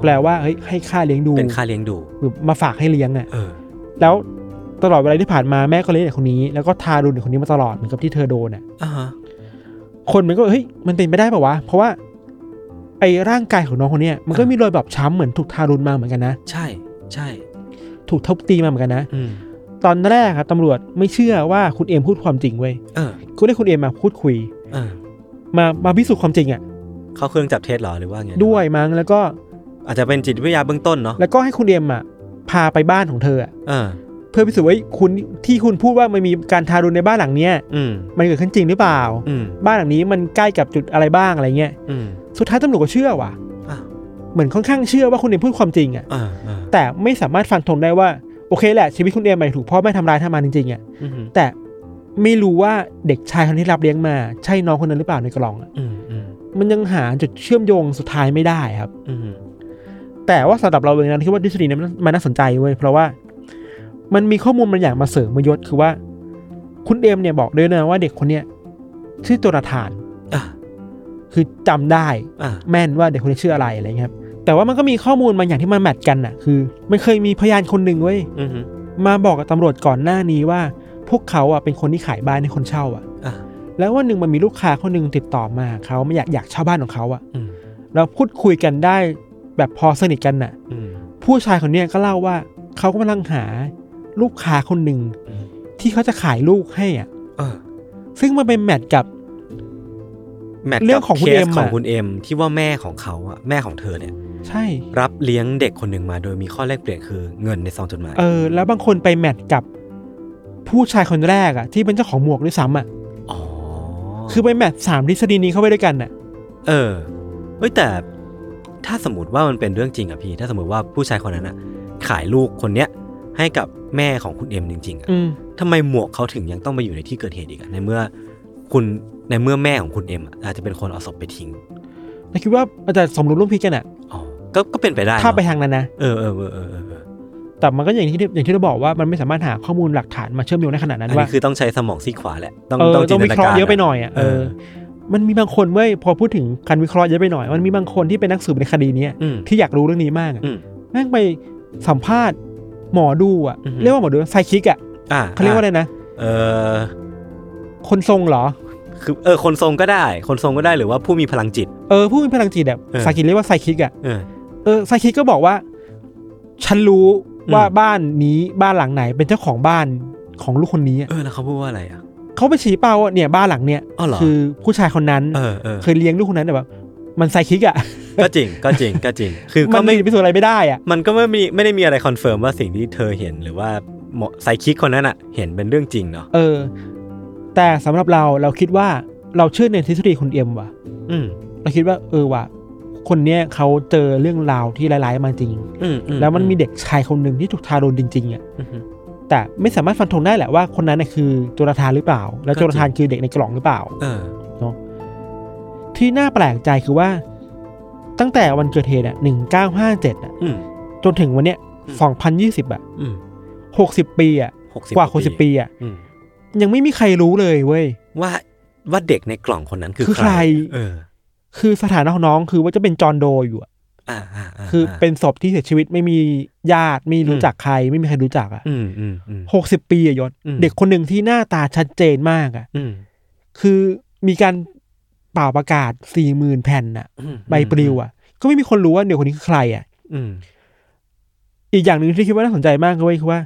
S3: แปลว่าเฮ้ยให้ค่าเลี้ยงดู
S2: เป็นค่าเลี้ยงดู
S3: หรือมาฝากให้เลี้ยงอ่ะ
S2: เออ
S3: แล้วตลอดเวลาที่ผ่านมาแม่ก็เลี้ยงเด็กคนนี้แล้วก็ทารุณเด็กคนนี้มาตลอดเหมือนกับที่เธอโดนอ่ะ
S2: อ่าฮะ
S3: คนมันก็เฮ้ยมันเป็นไปได้ป่าวะ เพราะว่าไอ้ร่างกายของน้องคนเนี้ยมันก็มีรอยแบบช้ำเหมือนถูกทารุณมาเหมือนกันนะ
S2: ใช่ใช่
S3: ถูกทุบตีมาเหมือนกันนะ
S2: อืม
S3: ตอนแรกครับตำรวจไม่เชื่อว่าคุณเอ็มพูดความจริงเว้ย
S2: เออ
S3: ก็ได้คุณเอ็มมาพูดคุย
S2: เออ
S3: มามาพิสูจน์ความจริงอะ่ะ
S2: เข้าเครื่องจับเท็จเหรอหรือว่าไง
S3: ด้วยมั้งแล้วก็
S2: อาจจะเป็นจิตวิทยาเบื้องต้นเนาะ
S3: แล้วก็ให้คุณเอ็มอ่ะพาไปบ้านของเธออะ
S2: เออ
S3: เพื่อพิสูจน์ว่าคุณที่คุณพูดว่ามันมีการทารุณในบ้านหลังเนี้ย
S2: อืม
S3: มันเกิดขึ้นจริงหรือเปล่า
S2: อืม
S3: บ้านหลังนี้มันใกล้กับจุดอะไรบ้างอะไรเงี้ย
S2: อืม
S3: สุดท้ายตำรวจก็เชื่อว่ะ
S2: อ่ะ
S3: เหมือนค่อนข้างเชื่อว่าคุณเอ็มพูดความจริงอ่ะ
S2: เออเออ
S3: แต่ไม่สามารถฟันธงได้ว่าโอเคแหละชีวิตคุณเอมไปถูกพ่อแม่ทำร้ายทำมาจริงๆอ่ะ
S2: อืม
S3: แต่ไม่รู้ว่าเด็กชายคนที่รับเลี้ยงมา ใช่น้องคนนั้นหรือเปล่าในกล่องอะ
S2: อืมอืม
S3: มันยังหาจุดเชื่อมโยงสุดท้ายไม่ได้ครับ
S2: อืม
S3: แต่ว่าสำหรับเราเองนะที่ว่าทฤษฎีเนี้มันมันน่าสนใจเว้ยเพราะว่ามันมีข้อมูลบางอย่างมาเสริมมายศคือว่า คุณเอมเนี่ยบอกด้วยนะว่าเด็กคนเนี้ยชื่อโจนาธาน
S2: อ่ะ
S3: คือจำได้
S2: อ่ะ
S3: แม่นว่าเด็กคนนี้ชื่ออะไรอะไรเงี้ยครับแต่ว่ามันก็มีข้อมูลบางอย่างที่มันแมทกันอ่ะคือมันเคยมีพยานคนหนึ่งเว้ย
S2: อืม
S3: มาบอกกับตำรวจก่อนหน้านี้ว่า พวกเขาอ่ะเป็นคนที่ขายบ้านให้คนเช่าอ่ะ
S2: อ่ะ
S3: แล้ววันหนึ่งมันมีลูกค้าคนหนึ่งติดต่อมาเขาไม่อยากอยากเช่าบ้านของเขาอ่ะ
S2: อืม
S3: เราพูดคุยกันได้แบบพอสนิทกันน่ะ
S2: อืม
S3: ผู้ชายคนเนี้ยก็เล่าว่าเขากำลังหาลูกค้าคนหนึ่ง
S2: อืม
S3: ที่เขาจะขายลูกให้อ่ะ
S2: เออ
S3: ซึ่งมันเป็นแมทกับ
S2: แมท
S3: เรื่องของคุณ
S2: เคส
S3: เอ็มอะ
S2: ของคุณเอ็มที่ว่าแม่ของเขาอะแม่ของเธอเนี่ย
S3: ใช่
S2: รับเลี้ยงเด็กคนหนึ่งมาโดยมีข้อแลกเปลี่ยนคือเงินในซองจดหมาย
S3: เออแล้วบางคนไปแมทกับผู้ชายคนแรกอ่ะที่เป็นเจ้าของหมวกด้วยซ้ำอ่ะ
S2: อ๋อ
S3: คือไปแมทสามทฤษฎีนี้เข้าไปด้วยกันน่ะ
S2: เออเฮ้ยแต่ ถ้าสมมติว่ามันเป็นเรื่องจริงอะพี่ ถ้าสมมติว่าผู้ชายคนนั้นอะขายลูกคนเนี้ยให้กับแม่ของคุณเอ็มจริงๆอะ
S3: อืม
S2: ทำไมหมวกเขาถึงยังต้องมาอยู่ในที่เกิดเหตุอีกอะในเมื่อคุณในเมื่อแม่ของคุณเอ็มอะอาจจะเป็นคนเอาศพไปทิ้ง
S3: เราคิดว่าอาจจะสมรู้ร่วมคิดกันอ่ะ
S2: อ๋อก็ก็เป็นไปได้
S3: ถ้าไป
S2: เนอะ
S3: ทางนั้นนะ
S2: เออเออเออเออเออเออ
S3: แต่มันก็อย่างที่อย่างที่เราบอกว่ามันไม่สามารถหาข้อมูลหลักฐานมาเชื่อมโยงได้ขนาด
S2: อั
S3: นั้น นว่า
S2: นี้คือต้องใช้สมองซีกขวาแหละต้อง
S3: เออ
S2: ต้องจิ
S3: ต้อน ง
S2: ต
S3: วิ
S2: นา
S3: เคราะ
S2: การ
S3: ห์เยอะไปหน่อยอ่ะ
S2: เอ
S3: เอ
S2: อ
S3: อ มันมีบางคนเว้ยพอพูดถึงการวิเคราะห์เยอะไปหน่อย มันมีบางคนที่เป็นนักสืบในคดีเนี้ย
S2: อืม
S3: ที่อยากรู้เรื่องนี้มากอะ
S2: อืม
S3: แม่งไปสัมภาษณ์หมอดูอ่ะ
S2: อือฮึ
S3: เรียกว่าหมอดูไซคิกอ่ะ
S2: อ่า
S3: เขาเรียกว่าอะไรนะ
S2: เออ
S3: คนทรงเหรอ
S2: คือเออคนทรงก็ได้ คนทรงก็ได้หรือว่าผู้มีพลังจิต
S3: เออผู้มีพลังจิตอ่ะ
S2: เออ
S3: ไซคิกเรียกว่าไซคิกอ่ะ
S2: เออ
S3: เออไซคิกก็บอกว่า ฉันรู้ว่า
S2: อืม
S3: บ้านนี้บ้านหลังไหนเป็นเจ้าของบ้านของลูกคนนี้อะ
S2: เออแล้วเขาพูดว่าอะไรอ่ะ
S3: เขาไปชี้เป้าว่าเนี่ยบ้านหลังเนี่ย
S2: อ้าวเหรอ
S3: คือผู้ชายคนนั้น
S2: เออเออ
S3: เคยเลี้ยงลูกคนนั้นแต่แบบมันไซคิกอ่ะ
S2: ก็จริงก็จริงก็ จริง คือ
S3: มั
S2: ก็
S3: นไม่
S2: ไม่
S3: พิสูจน์อะไรไม่ได้อ่ะ
S2: มันก็ไม่มีไม่ได้มีอะไรคอนเฟิร์มว่าสิ่งที่เธอเห็นหรือว่าหมอไซคิกคนนั้นอ่ะ เห็นเป็นเรื่องจริงเนาะ
S3: เออ แต่สำหรับเราเราคิดว่าเราเชื่อในทฤษฎีคุณเอ็มว่ะ
S2: อืม
S3: เราคิดว่าเออว่ะคนเนี้ยเขาเจอเรื่องราวที่ร้ายๆมาจริง
S2: อืมอื
S3: แล้วมันมีเด็กชายคนหนึ่งที่ถูกทารุณจริงๆอ่ะ
S2: อืมอืม
S3: แต่ไม่สามารถฟันธงได้แหละว่าคนนั้นน่ะคือโจนาธานหรือเปล่า แล้ว
S2: ก็
S3: โจ
S2: จริง
S3: นาธานคือเด็กในกล่องหรือเปล่า
S2: เออ
S3: ที่น่าแปลกใจคือว่า ตั้งแต่วันเกิดเหตุอ่ะหนึ่งเก้าห้าเจ็ดอ่ะ
S2: อืม
S3: จนถึงวันเนี้ย
S2: อืม
S3: สองพันยี่สิบอ่ะ
S2: อืม
S3: หกสิบปีอ่ะ
S2: หกสิบ
S3: กว่าหกสิบปีอ่ะ
S2: อืม
S3: ยังไม่มีใครรู้เลยเว้ย
S2: ว่าว่าเด็กในกล่องคนนั้นคือ
S3: คือ
S2: ใคร
S3: ใคร
S2: เออ
S3: คือสถานะของน้องคือว่าจะเป็นจอห์นโดอยู่อะ
S2: อ่าอ่าา
S3: คืออา เป็นศพที่เสียชีวิตไม่มีญาติไม่รู้
S2: อืม
S3: จักใคร ไม่มีใครรู้จักอ่ะ
S2: อืมอืมอืม
S3: หกสิบปีอะยศ
S2: อืม
S3: เด็กคนหนึ่งที่หน้าตาชัดเจนมากอ่ะ
S2: อืม
S3: คือมีการ เป่าประกาศสี่หมื่นแผ่นน่ะใบปลิวอ่ะ ก็ไม่มีคนรู้ว่าเดี๋ยวคนนี้คือใครอ่ะ
S2: อืม
S3: อีกอย่างหนึ่งที่คิดว่าน่าสนใจมากก็คือว่า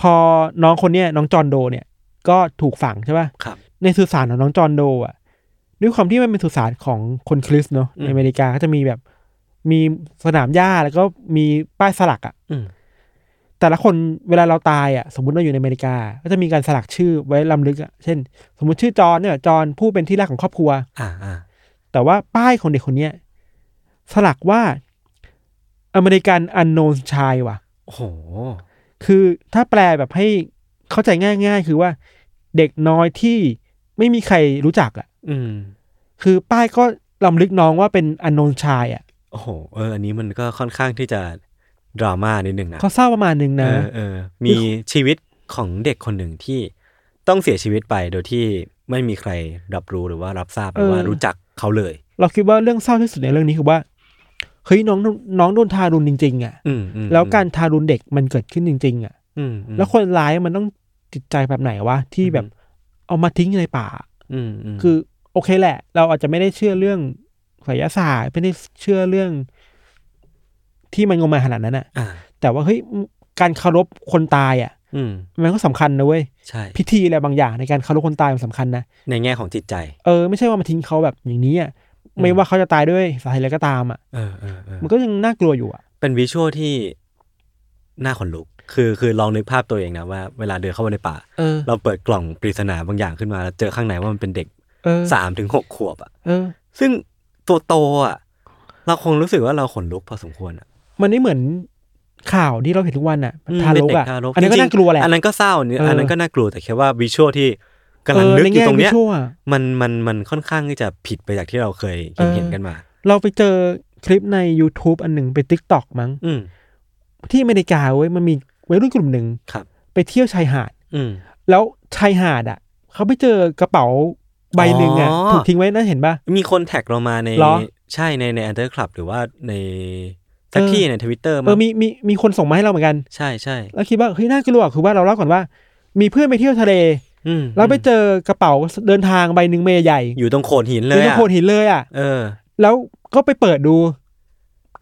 S3: พอน้องคนเนี้ยน้องจอนโดเนี่ย ก็ถูกฝังใช่ป่ะ
S2: ครับ
S3: ในสุสานของน้องจอนโดอ่ะด้วยความที่มันเป็นสุสานของคนคริสต์เนาะ
S2: อืม
S3: ในอเมริกาก็จะมีแบบ มีสนามหญ้าแล้วก็มีป้ายสลักอ่ะ
S2: อืม
S3: แต่ละคนเวลาเราตายอ่ะสมมติเราอยู่ในอเมริกา ก็จะมีการสลักชื่อไว้ลำลึกอ่ะเช่น สมมติชื่อจอนเนี่ยจอนผู้เป็นที่รักของครอบครัว
S2: อ่าอ่า
S3: แต่ว่าป้ายของเด็กคนเนี้ยสลักว่าอเมริกันอันโนนชายว่ะ
S2: โอ้โห
S3: คือถ้าแปลแบบให้เข้าใจง่าย ๆ คือว่าเด็กน้อยที่ไม่มีใครรู้จักอ่ะ
S2: อืม
S3: คือป้ายก็ลำลึกน้องว่าเป็นอันโนนชายอ่ะ
S2: โอ้โหเออ อันนี้มันก็ค่อนข้างที่จะดราม่านิดหนึ่งนะ
S3: เขาเศร้าประมาณนึง
S2: เอ
S3: นะ
S2: อเออ มีชีวิตของเด็กคนหนึ่งที่ต้องเสียชีวิตไปโดยที่ไม่มีใครรับรู้หรือว่ารับทราบหรือว่า
S3: เออ
S2: รู้จักเขาเลย
S3: เราคิดว่าเรื่องเศร้าที่สุดในเรื่องนี้คือว่าเฮ้ยน้องน้องโดนทารุณจริง ๆ อ่ะ
S2: อืมอืม
S3: แล้วการทารุณเด็กมันเกิดขึ้นจริง ๆ อ่ะ
S2: อืมอืม
S3: แล้วคนร้ายมันต้องจิตใจแบบไหนวะที่แบบเอามาทิ้งในป่า
S2: อืมม
S3: คือโอเคแหละ เราอาจจะไม่ได้เชื่อเรื่องไสยศาสตร์ไม่ได้เชื่อเรื่อง ที่มันงมงายขนาดนั้นอ่ะ
S2: อ่า
S3: แต่ว่าเฮ้ยการเคารพคนตายอ่ะ
S2: อืม
S3: มันก็สำคัญนะเว้ย
S2: ใช่
S3: พิธีอะไรบางอย่างในการเคารพคนตายมันสำคัญนะ
S2: ในแง่ของจิตใจ
S3: เออไม่ใช่ว่ามาทิ้งเขาแบบอย่างนี้อ่ะไม่
S2: อืม
S3: ว่าเขาจะตายด้วยสาเหตุอะไรก็ตามอ่ะ
S2: เออเออเออ
S3: มันก็ยังน่ากลัวอยู่อ่ะ
S2: เป็นวิชวลที่น่าขนลุก คือคือลองนึกภาพตัวเองนะว่าเวลาเดินเข้าไปในป่า
S3: เออ
S2: เราเปิดกล่องปริศนาบางอย่างขึ้นมาแล้วเจอข้างในว่ามันเป็นเด็ก
S3: เออ
S2: สามถึงหกขวบอ่ะ
S3: เออ
S2: ซึ่งตัวโตอ่ะ เราคงรู้สึกว่าเราขนลุกพอสมควรอ่ะ
S3: มันไม่เหมือนข่าวที่เราเห็นทุกวันอ่ะแบบทาร
S2: เป็น
S3: ก
S2: เด็
S3: อ่ะ
S2: ทารก
S3: อันนั้นก็
S2: จริงๆ
S3: น่ากลัวแหละ
S2: อันนั้นก็เศร้าเนี่ย
S3: เอออั
S2: อันนั้นก็น่ากลัวแต่แค่ว่าวิชวลที่กำลังนึกอยู่ตรงเนี้ย
S3: ใแวิชวลอะ
S2: มันมันมันค่อนข้างที่จะผิดไปจากที่เราเคยเห็นเห็นกันมา
S3: เราไปเจอคลิปใน YouTube อันหนึ่งไปติกต็อกมั้ง
S2: อืม
S3: ที่อเมริกาเว้ยมันมีวัยรุ่นกลุ่มหนึ่ง
S2: ครับ
S3: ไปเที่ยวชายหาด
S2: อืม
S3: แล้วชายหาดอ่ะเขาไปเจอกระเป๋าใบหนึ่งอ่ะ
S2: อ๋อ
S3: ถูกทิ้งไว้นั่นเห็นปะ
S2: มีคนแท็กเรามาใน
S3: เหรอ
S2: ใช่ในในอันเดอร์คลับหรือว่าในสัก
S3: เออ
S2: ที่ในทวิตเตอร์
S3: เออมีมีมีคนส่งมาให้เราเหมือนกัน
S2: ใช่ใช่
S3: แล้วคิดว่าเฮ้ยน่ากลัวคือว่าเราเล่าก่อนว่า มีเพื่อนไปเที่ยวทะเล
S2: อืม
S3: แล้วไปเจอกระเป๋าเดินทางใบหนึ่งเมใหญ่
S2: อยู่ตรงโขดหินเล
S3: เป็
S2: ย
S3: น
S2: อะ
S3: โคนหินเลยอ่ะ
S2: เออ
S3: แล้วก็ไปเปิดดู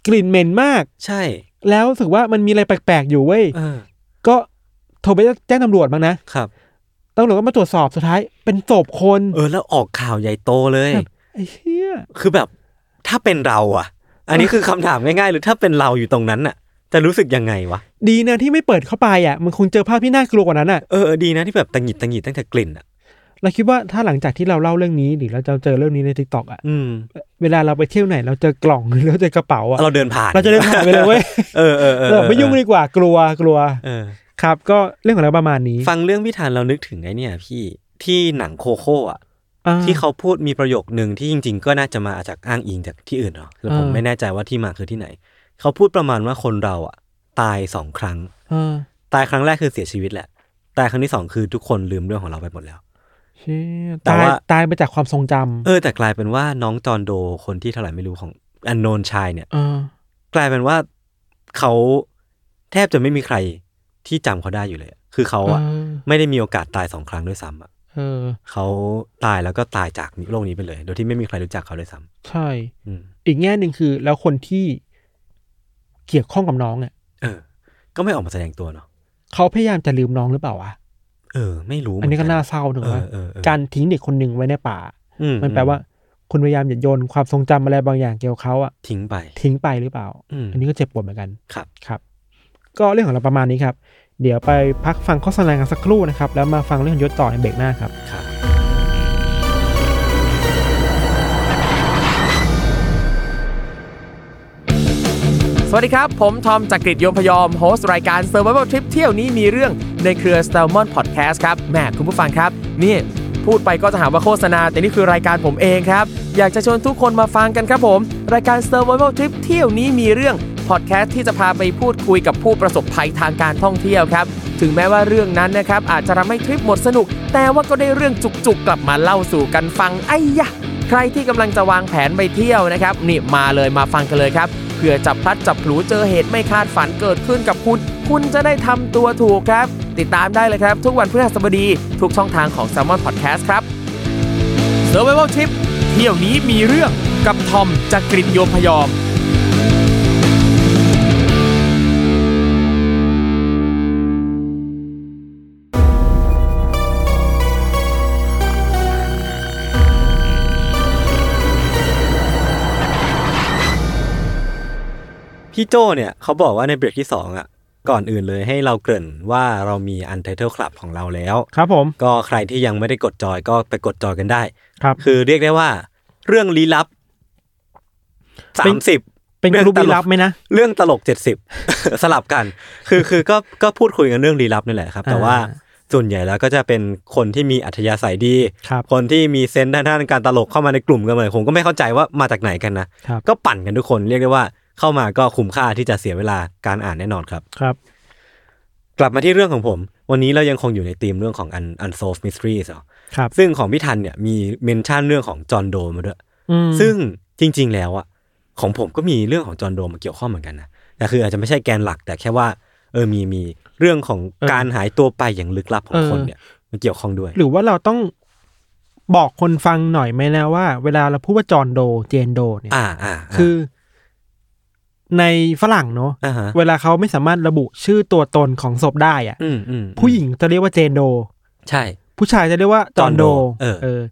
S3: กลิ่นเหม็นมาก
S2: ใช่
S3: แล้วรู้สึกว่ามันมีอะไรแปลกๆอยู่เว้ย
S2: เออ
S3: ก็โทรไปแจ้งตำรวจบ้างนะครับ ตำรวจก็มาตรวจสอบสุดท้าย เป็นศพคน
S2: เออแล้วออกข่าวใหญ่โตเลย
S3: ไอ้เหี้ย
S2: คือแบบถ้าเป็นเราอ่ะ อันนี้คือคำถามง่ายๆหรือถ้าเป็นเราอยู่ตรงนั้นอ่ะ จะรู้สึกยังไงวะ
S3: ดีนะที่ไม่เปิดเข้าไปอ่ะมันคงเจอภาพที่น่ากลัวกว่านั้นอ่ะ
S2: เออเออดีนะที่แบบตังหงิดตังหงิดตั้งแต่กลิ่นอ่ะ
S3: เราคิดว่าถ้าหลังจากที่เราเล่าเรื่องนี้หรือเราจะเจอเรื่องนี้ในทิกตอกอ่ะ
S2: อืม
S3: เวลาเราไปเที่ยวไหน เราเจอกล่องหรือเราเจอกระเป๋าอ่ะ
S2: เราเดินผ่าน
S3: เราจะเดินผ่านไปเลยเว้ย
S2: เออเออเออ
S3: เราไม่ยุ่งดีกว่ากลัวกลัว
S2: เออ
S3: ครับ ก็เรื่องของเราประมาณนี้
S2: ฟังเรื่องพิธานเรานึกถึงไอ้เนี่ยพี่ที่หนังโคโค่อ่ะ
S3: อ่า
S2: ที่เขาพูดมีประโยคหนึ่งที่จริง ๆ ก็น่าจะมาจากอ้างอิงจากที่อื่นเนาะแล้วผม
S3: อ่า
S2: ไม่แน่ใจว่าที่มาคือที่ไหน เขาพูดประมาณว่าคนเราอ่ะ ตายสองครั้ง
S3: อ่า
S2: ตายครั้งแรกคือเสียชีวิตแหละ ตายครั้งที่สองคือทุกคนลืมเรื่องของเราไปหมดแล้ว
S3: เชี่ย
S2: แต่
S3: ตาย
S2: ว่า
S3: ตายไปจากความทรงจ
S2: เออแต่กลายเป็นว่าน้องจอนโดคนที่เท่าไหร่ไม่รู้ของอันโนนชายเนี่ย
S3: ำอ่าก
S2: ลายเป็นว่าเขาแทบจะไม่มีใครที่จำเขาได้อยู่เลยอะคือเขาอะ
S3: อ่า
S2: ไม่ได้มีโอกาสตายสองครั้งด้วยซ้ำอะ
S3: เออ
S2: เขาตายแล้วก็ตายจากโลกนี้ไปเลย โดยที่ไม่มีใครรู้จักเขาด้วยซ้
S3: ใช่
S2: ำอืม
S3: อีกแง่หนึ่งคือ แล้วคนที่เกี่ยวข้องกับน้องอ่ะ
S2: เออ ก็ไม่ออกมาแสดงตัวเนาะ
S3: เขาพยายามจะลืมน้องหรือเปล่าวะ
S2: เออ ไม่รู้
S3: อันนี้ก็น่าเศร้า
S2: ถึ
S3: ถูก
S2: ง
S3: ไหม
S2: ว่าเออเออ
S3: การทิ้งเด็กคนหนึ่งไว้ในป่า
S2: อื
S3: มันแปลว่าคุณพยายามหยัดโยนความทรงจำอะไรบางอย่างเกี่ยวกับเขาอะ
S2: ทิ้งไป
S3: ทิ้งไปหรือเปล่า
S2: อืม
S3: อันนี้ก็เจ็บปวดเหมือนกัน
S2: ครับ
S3: ครับ ก็เรื่องของเราประมาณนี้ครับ เดี๋ยวไปพักฟังโฆษณากันสักครู่นะครับ แล้วมาฟังเรื่องยศต่อในเบรกหน้าครับ
S2: ครับ
S4: สวัสดีครับ ผม ทอม จากกรีฑยมพยอม โฮสต์รายการ Survival Trip เที่ยวนี้มีเรื่องในเครือ s t a l m o n Podcast ครับแหมคุณผู้ฟังครับ นี่ พูดไปก็จะหาว่าโฆษณา แต่นี่คือรายการผมเองครับ อยากจะชวนทุกคนมาฟังกันครับผม รายการ Survival Trip เที่ยวนี้มีเรื่องพอดแคสต์ที่จะพาไปพูดคุยกับผู้ประสบภัยทางการท่องเที่ยวครับ ถึงแม้ว่าเรื่องนั้นนะครับอาจจะทำให้ทริปหมดสนุก แต่ว่าก็ได้เรื่องจุกๆกลับมาเล่าสู่กันฟังไอ้ยะ ใครที่กำลังจะวางแผนไปเที่ยวนะครับนี่มาเลยมาฟังกันเลยครับเพื่อจับพลัดจับผลูเจอเหตุไม่คาดฝันเกิดขึ้นกับคุณ คุณจะได้ทำตัวถูกครับ ติดตามได้เลยครับ ทุกวันพฤหัสบดี ทุกช่องทางของ s ซ l m o n Podcast ครับ s u r v i v a l Trip เท ที่ยวนี้มีเรื่องกับทอมจากกรีฑโยมพยอม
S2: พี่โจเนี่ยเขาบอกว่าในเบรกที่ 2 อ่ะ ก่อนอื่นเลยให้เราเกริ่นว่าเรามี Untitled Club ของเราแล้ว
S3: ครับผม
S2: ก็ใครที่ยังไม่ได้กดจอยก็ไปกดจอยกันได้
S3: ครับ
S2: คือเรียกได้ว่า เรื่องลี้ลับสา
S3: เป็น
S2: มสิบ
S3: เป็น
S2: เรื่อง
S3: กรุ๊ป
S2: ตลก
S3: ลี้ลับไหมนะ
S2: เรื่องตลกเจ็ดสิบ สลับกัน คือคือก็ก็พูดคุยกันเรื่องลี้ลับนี่แหละครับ แต่
S3: อ่า
S2: ว่าส่วนใหญ่แล้วก็จะเป็นคนที่มีอัธยาศัยดี
S3: ครับ
S2: คนที่มีเซนส์ด้านด้านการตลกเข้ามาในกลุ่มกันเลยผมก็ไม่เข้าใจว่ามาจากไหนกันนะครับ ก็ปั่นกันทุกคนเรียกได้ว่าเข้ามาก็คุ้มค่าที่จะเสียเวลาการอ่านแน่นอนครับ
S3: ครับ
S2: กลับมาที่เรื่องของผม วันนี้เรายังคงอยู่ในธีมเรื่องของ Un- unsolved mysteries เหรอ
S3: ครับ
S2: ซึ่งของพี่ทันเนี่ยมีเมนชั่นเรื่องของจอห์นโดมาด้วย
S3: อืม
S2: ซึ่งจริง ๆ แล้วอะของผมก็มีเรื่องของจอห์นโดมาเกี่ยวข้องเหมือนกันนะแต่คืออาจจะไม่ใช่แกนหลัก แต่แค่ว่า เออมีมีเรื่องของการหายตัวไปอย่างลึกลับของคนเนี่ยมันเกี่ยวข้องด้วย
S3: หรือว่าเราต้องบอกคนฟังหน่อยไหมนะว่า เวลาเราพูดว่าจอห์นโด เจนโดเนี่ย
S2: อ่าอ่าา
S3: คือ ในฝรั่งเนอะ
S2: อ่าฮะ
S3: เวลาเขาไม่สามารถระบุชื่อตัวตนของศพได้อะ
S2: อืมอืม
S3: ผู้หญิงจะเรียกว่าเจนโด
S2: ใช่
S3: ผู้ชายจะเรียกว่าจอห์นโด
S2: จอห์นโดเออ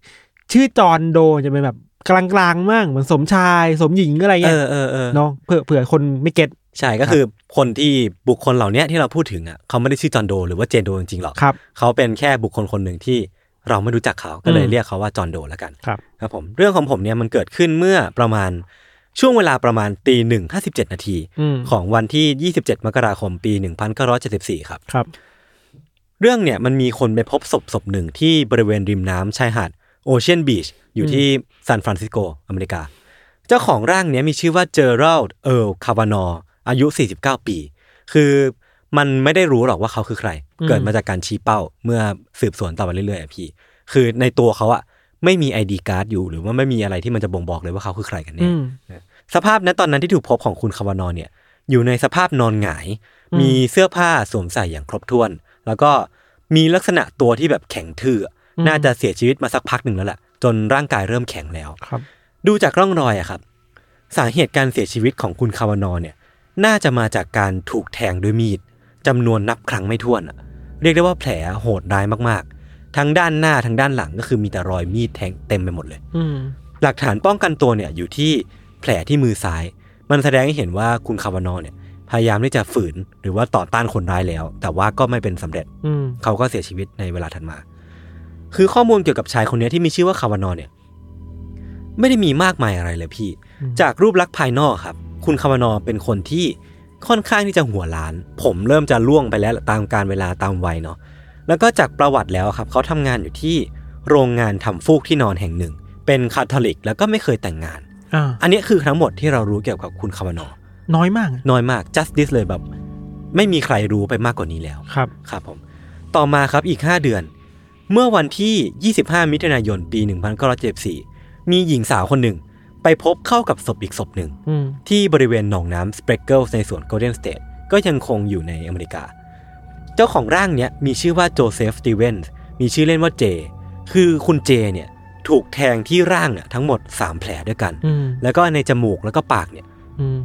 S3: ชื่อจอห์นโดจะเป็นแบบกลางๆมากเหมือนสมชาย สมหญิงอะไร
S2: เอ
S3: เงี้ย
S2: อเออเออ
S3: เนาะเผื่อเผื่อคนไม่เก็ต
S2: ใช่ก็คือคนที่บุคคลเหล่าเนี้ยที่เราพูดถึงอะเขาไม่ได้ชื่อจอห์นโด หรือว่าเจนโดจริงๆหรอก
S3: ครับ
S2: เขาเป็นแค่บุคคลคนหนึ่งที่เราไม่รู้จักเขาก็เลย
S3: อืม
S2: เรียกเขาว่าจอห์นโดแล้วกัน
S3: ครับ
S2: ครับผมเรื่องของผมเนี่ยมันเกิดขึ้นเมื่อประมาณช่วงเวลาประมาณตีหนึ่งห้าสิบเจ็ดนาที
S3: อืม
S2: ของวันที่ 27 มกราคม ปี 1974 ครับ
S3: ครับ
S2: เรื่องเนี่ยมันมีคนไปพบศพศพหนึ่งที่บริเวณริมน้ำชายหาดโอเชียนบีชอยู่ที่ซานฟรานซิสโก อเมริกา เจ้าของร่างเนี้ยมีชื่อว่าเจอรัลด์เอิร์ลคาวานออายุ 49 ปี คือมันไม่ได้รู้หรอกว่าเขาคือใคร
S3: อืม
S2: เกิดมาจากการชี้เป้าเมื่อสืบสวนต่อไปเรื่อยๆอะพี่ คือในตัวเขาอะไม่มี ID การ์ดอยู่ หรือว่าไม่มีอะไรที่มันจะบ่งบอกเลยว่าเขาคือใครกันแน่
S3: อืม
S2: สภาพณตอนนั้นที่ถูกพบของคุณคาวานอเนี่ยอยู่ในสภาพนอนหงาย
S3: อืม
S2: มีเสื้อผ้าสวมใส่อย่างครบถ้วน แล้วก็มีลักษณะตัวที่แบบแข็งทื่ออน่าจะเสียชีวิตมาสักพักหนึ่งแล้วแหละจนร่างกายเริ่มแข็งแล้ว
S3: ครับ
S2: ดูจากร่องรอยอะครับ สาเหตุการเสียชีวิตของคุณคาวานอเนี่ย น่าจะมาจากการถูกแทงด้วยมีดจำนวนนับครั้งไม่ถ้วนอะเรียกได้ว่าแผลโหดร้ายมากๆ ทั้งด้านหน้าทั้งด้านหลังก็คือมีแต่รอยมีดแทงเต็มไปหมดเลย
S3: อืม
S2: หลักฐานป้องกันตัวเนี่ยอยู่ที่แผลที่มือซ้าย มันแสดงให้เห็นว่าคุณคาวานอเนี่ยพยายามที่จะฝืนหรือว่าต่อต้านคนร้ายแล้ว แต่ว่าก็ไม่เป็นสำเร็จ
S3: อืม
S2: เขาก็เสียชีวิตในเวลาถัดมา คือข้อมูลเกี่ยวกับชายคนเนี้ยที่มีชื่อว่าคาวานอเนี่ย ไม่ได้มีมากมายอะไรเลยพี่ จากรูปลักษณ์ภายนอกครับ คุณคาวานอเป็นคนที่ค่อนข้างที่จะหัวล้าน ผมเริ่มจะล่วงไปแล้วตามการเวลาตามวัยเนาะแล้วก็จากประวัติแล้วครับเขาทำงานอยู่ที่โรงงานทำฟูกที่นอนแห่งหนึ่ง เป็นคาทอลิก แล้วก็ไม่เคยแต่งงาน
S3: อ่า
S2: อันนี้คือทั้งหมดที่เรารู้เกี่ยวกับคุณคาวานอ
S3: น้อยมากอะ
S2: น้อยมาก justice เลยแบบ ไม่มีใครรู้ไปมากกว่านี้แล้ว
S3: ครับ
S2: ครับผม ต่อมาครับอีก 5 เดือน เมื่อวันที่ 25 มิถุนายน ปี 1974 มีหญิงสาวคนหนึ่ง ไปพบเข้ากับศพอีกศพหนึ่ง
S3: อืม
S2: ที่บริเวณหนองน้ำสเปรกเกิลในสวนโกลเด้นสเตทก็ยังคงอยู่ในอเมริกา เจ้าของร่างเนี้ยมีชื่อว่าโจเซฟสตีเวนส์มีชื่อเล่นว่าเจ คือคุณเจเนี่ยถูกแทงที่ร่างอะทั้งหมด 3 แผลด้วยกัน
S3: อืม
S2: แล้วก็ในจมูกแล้วก็ปากเนี่ย
S3: อืม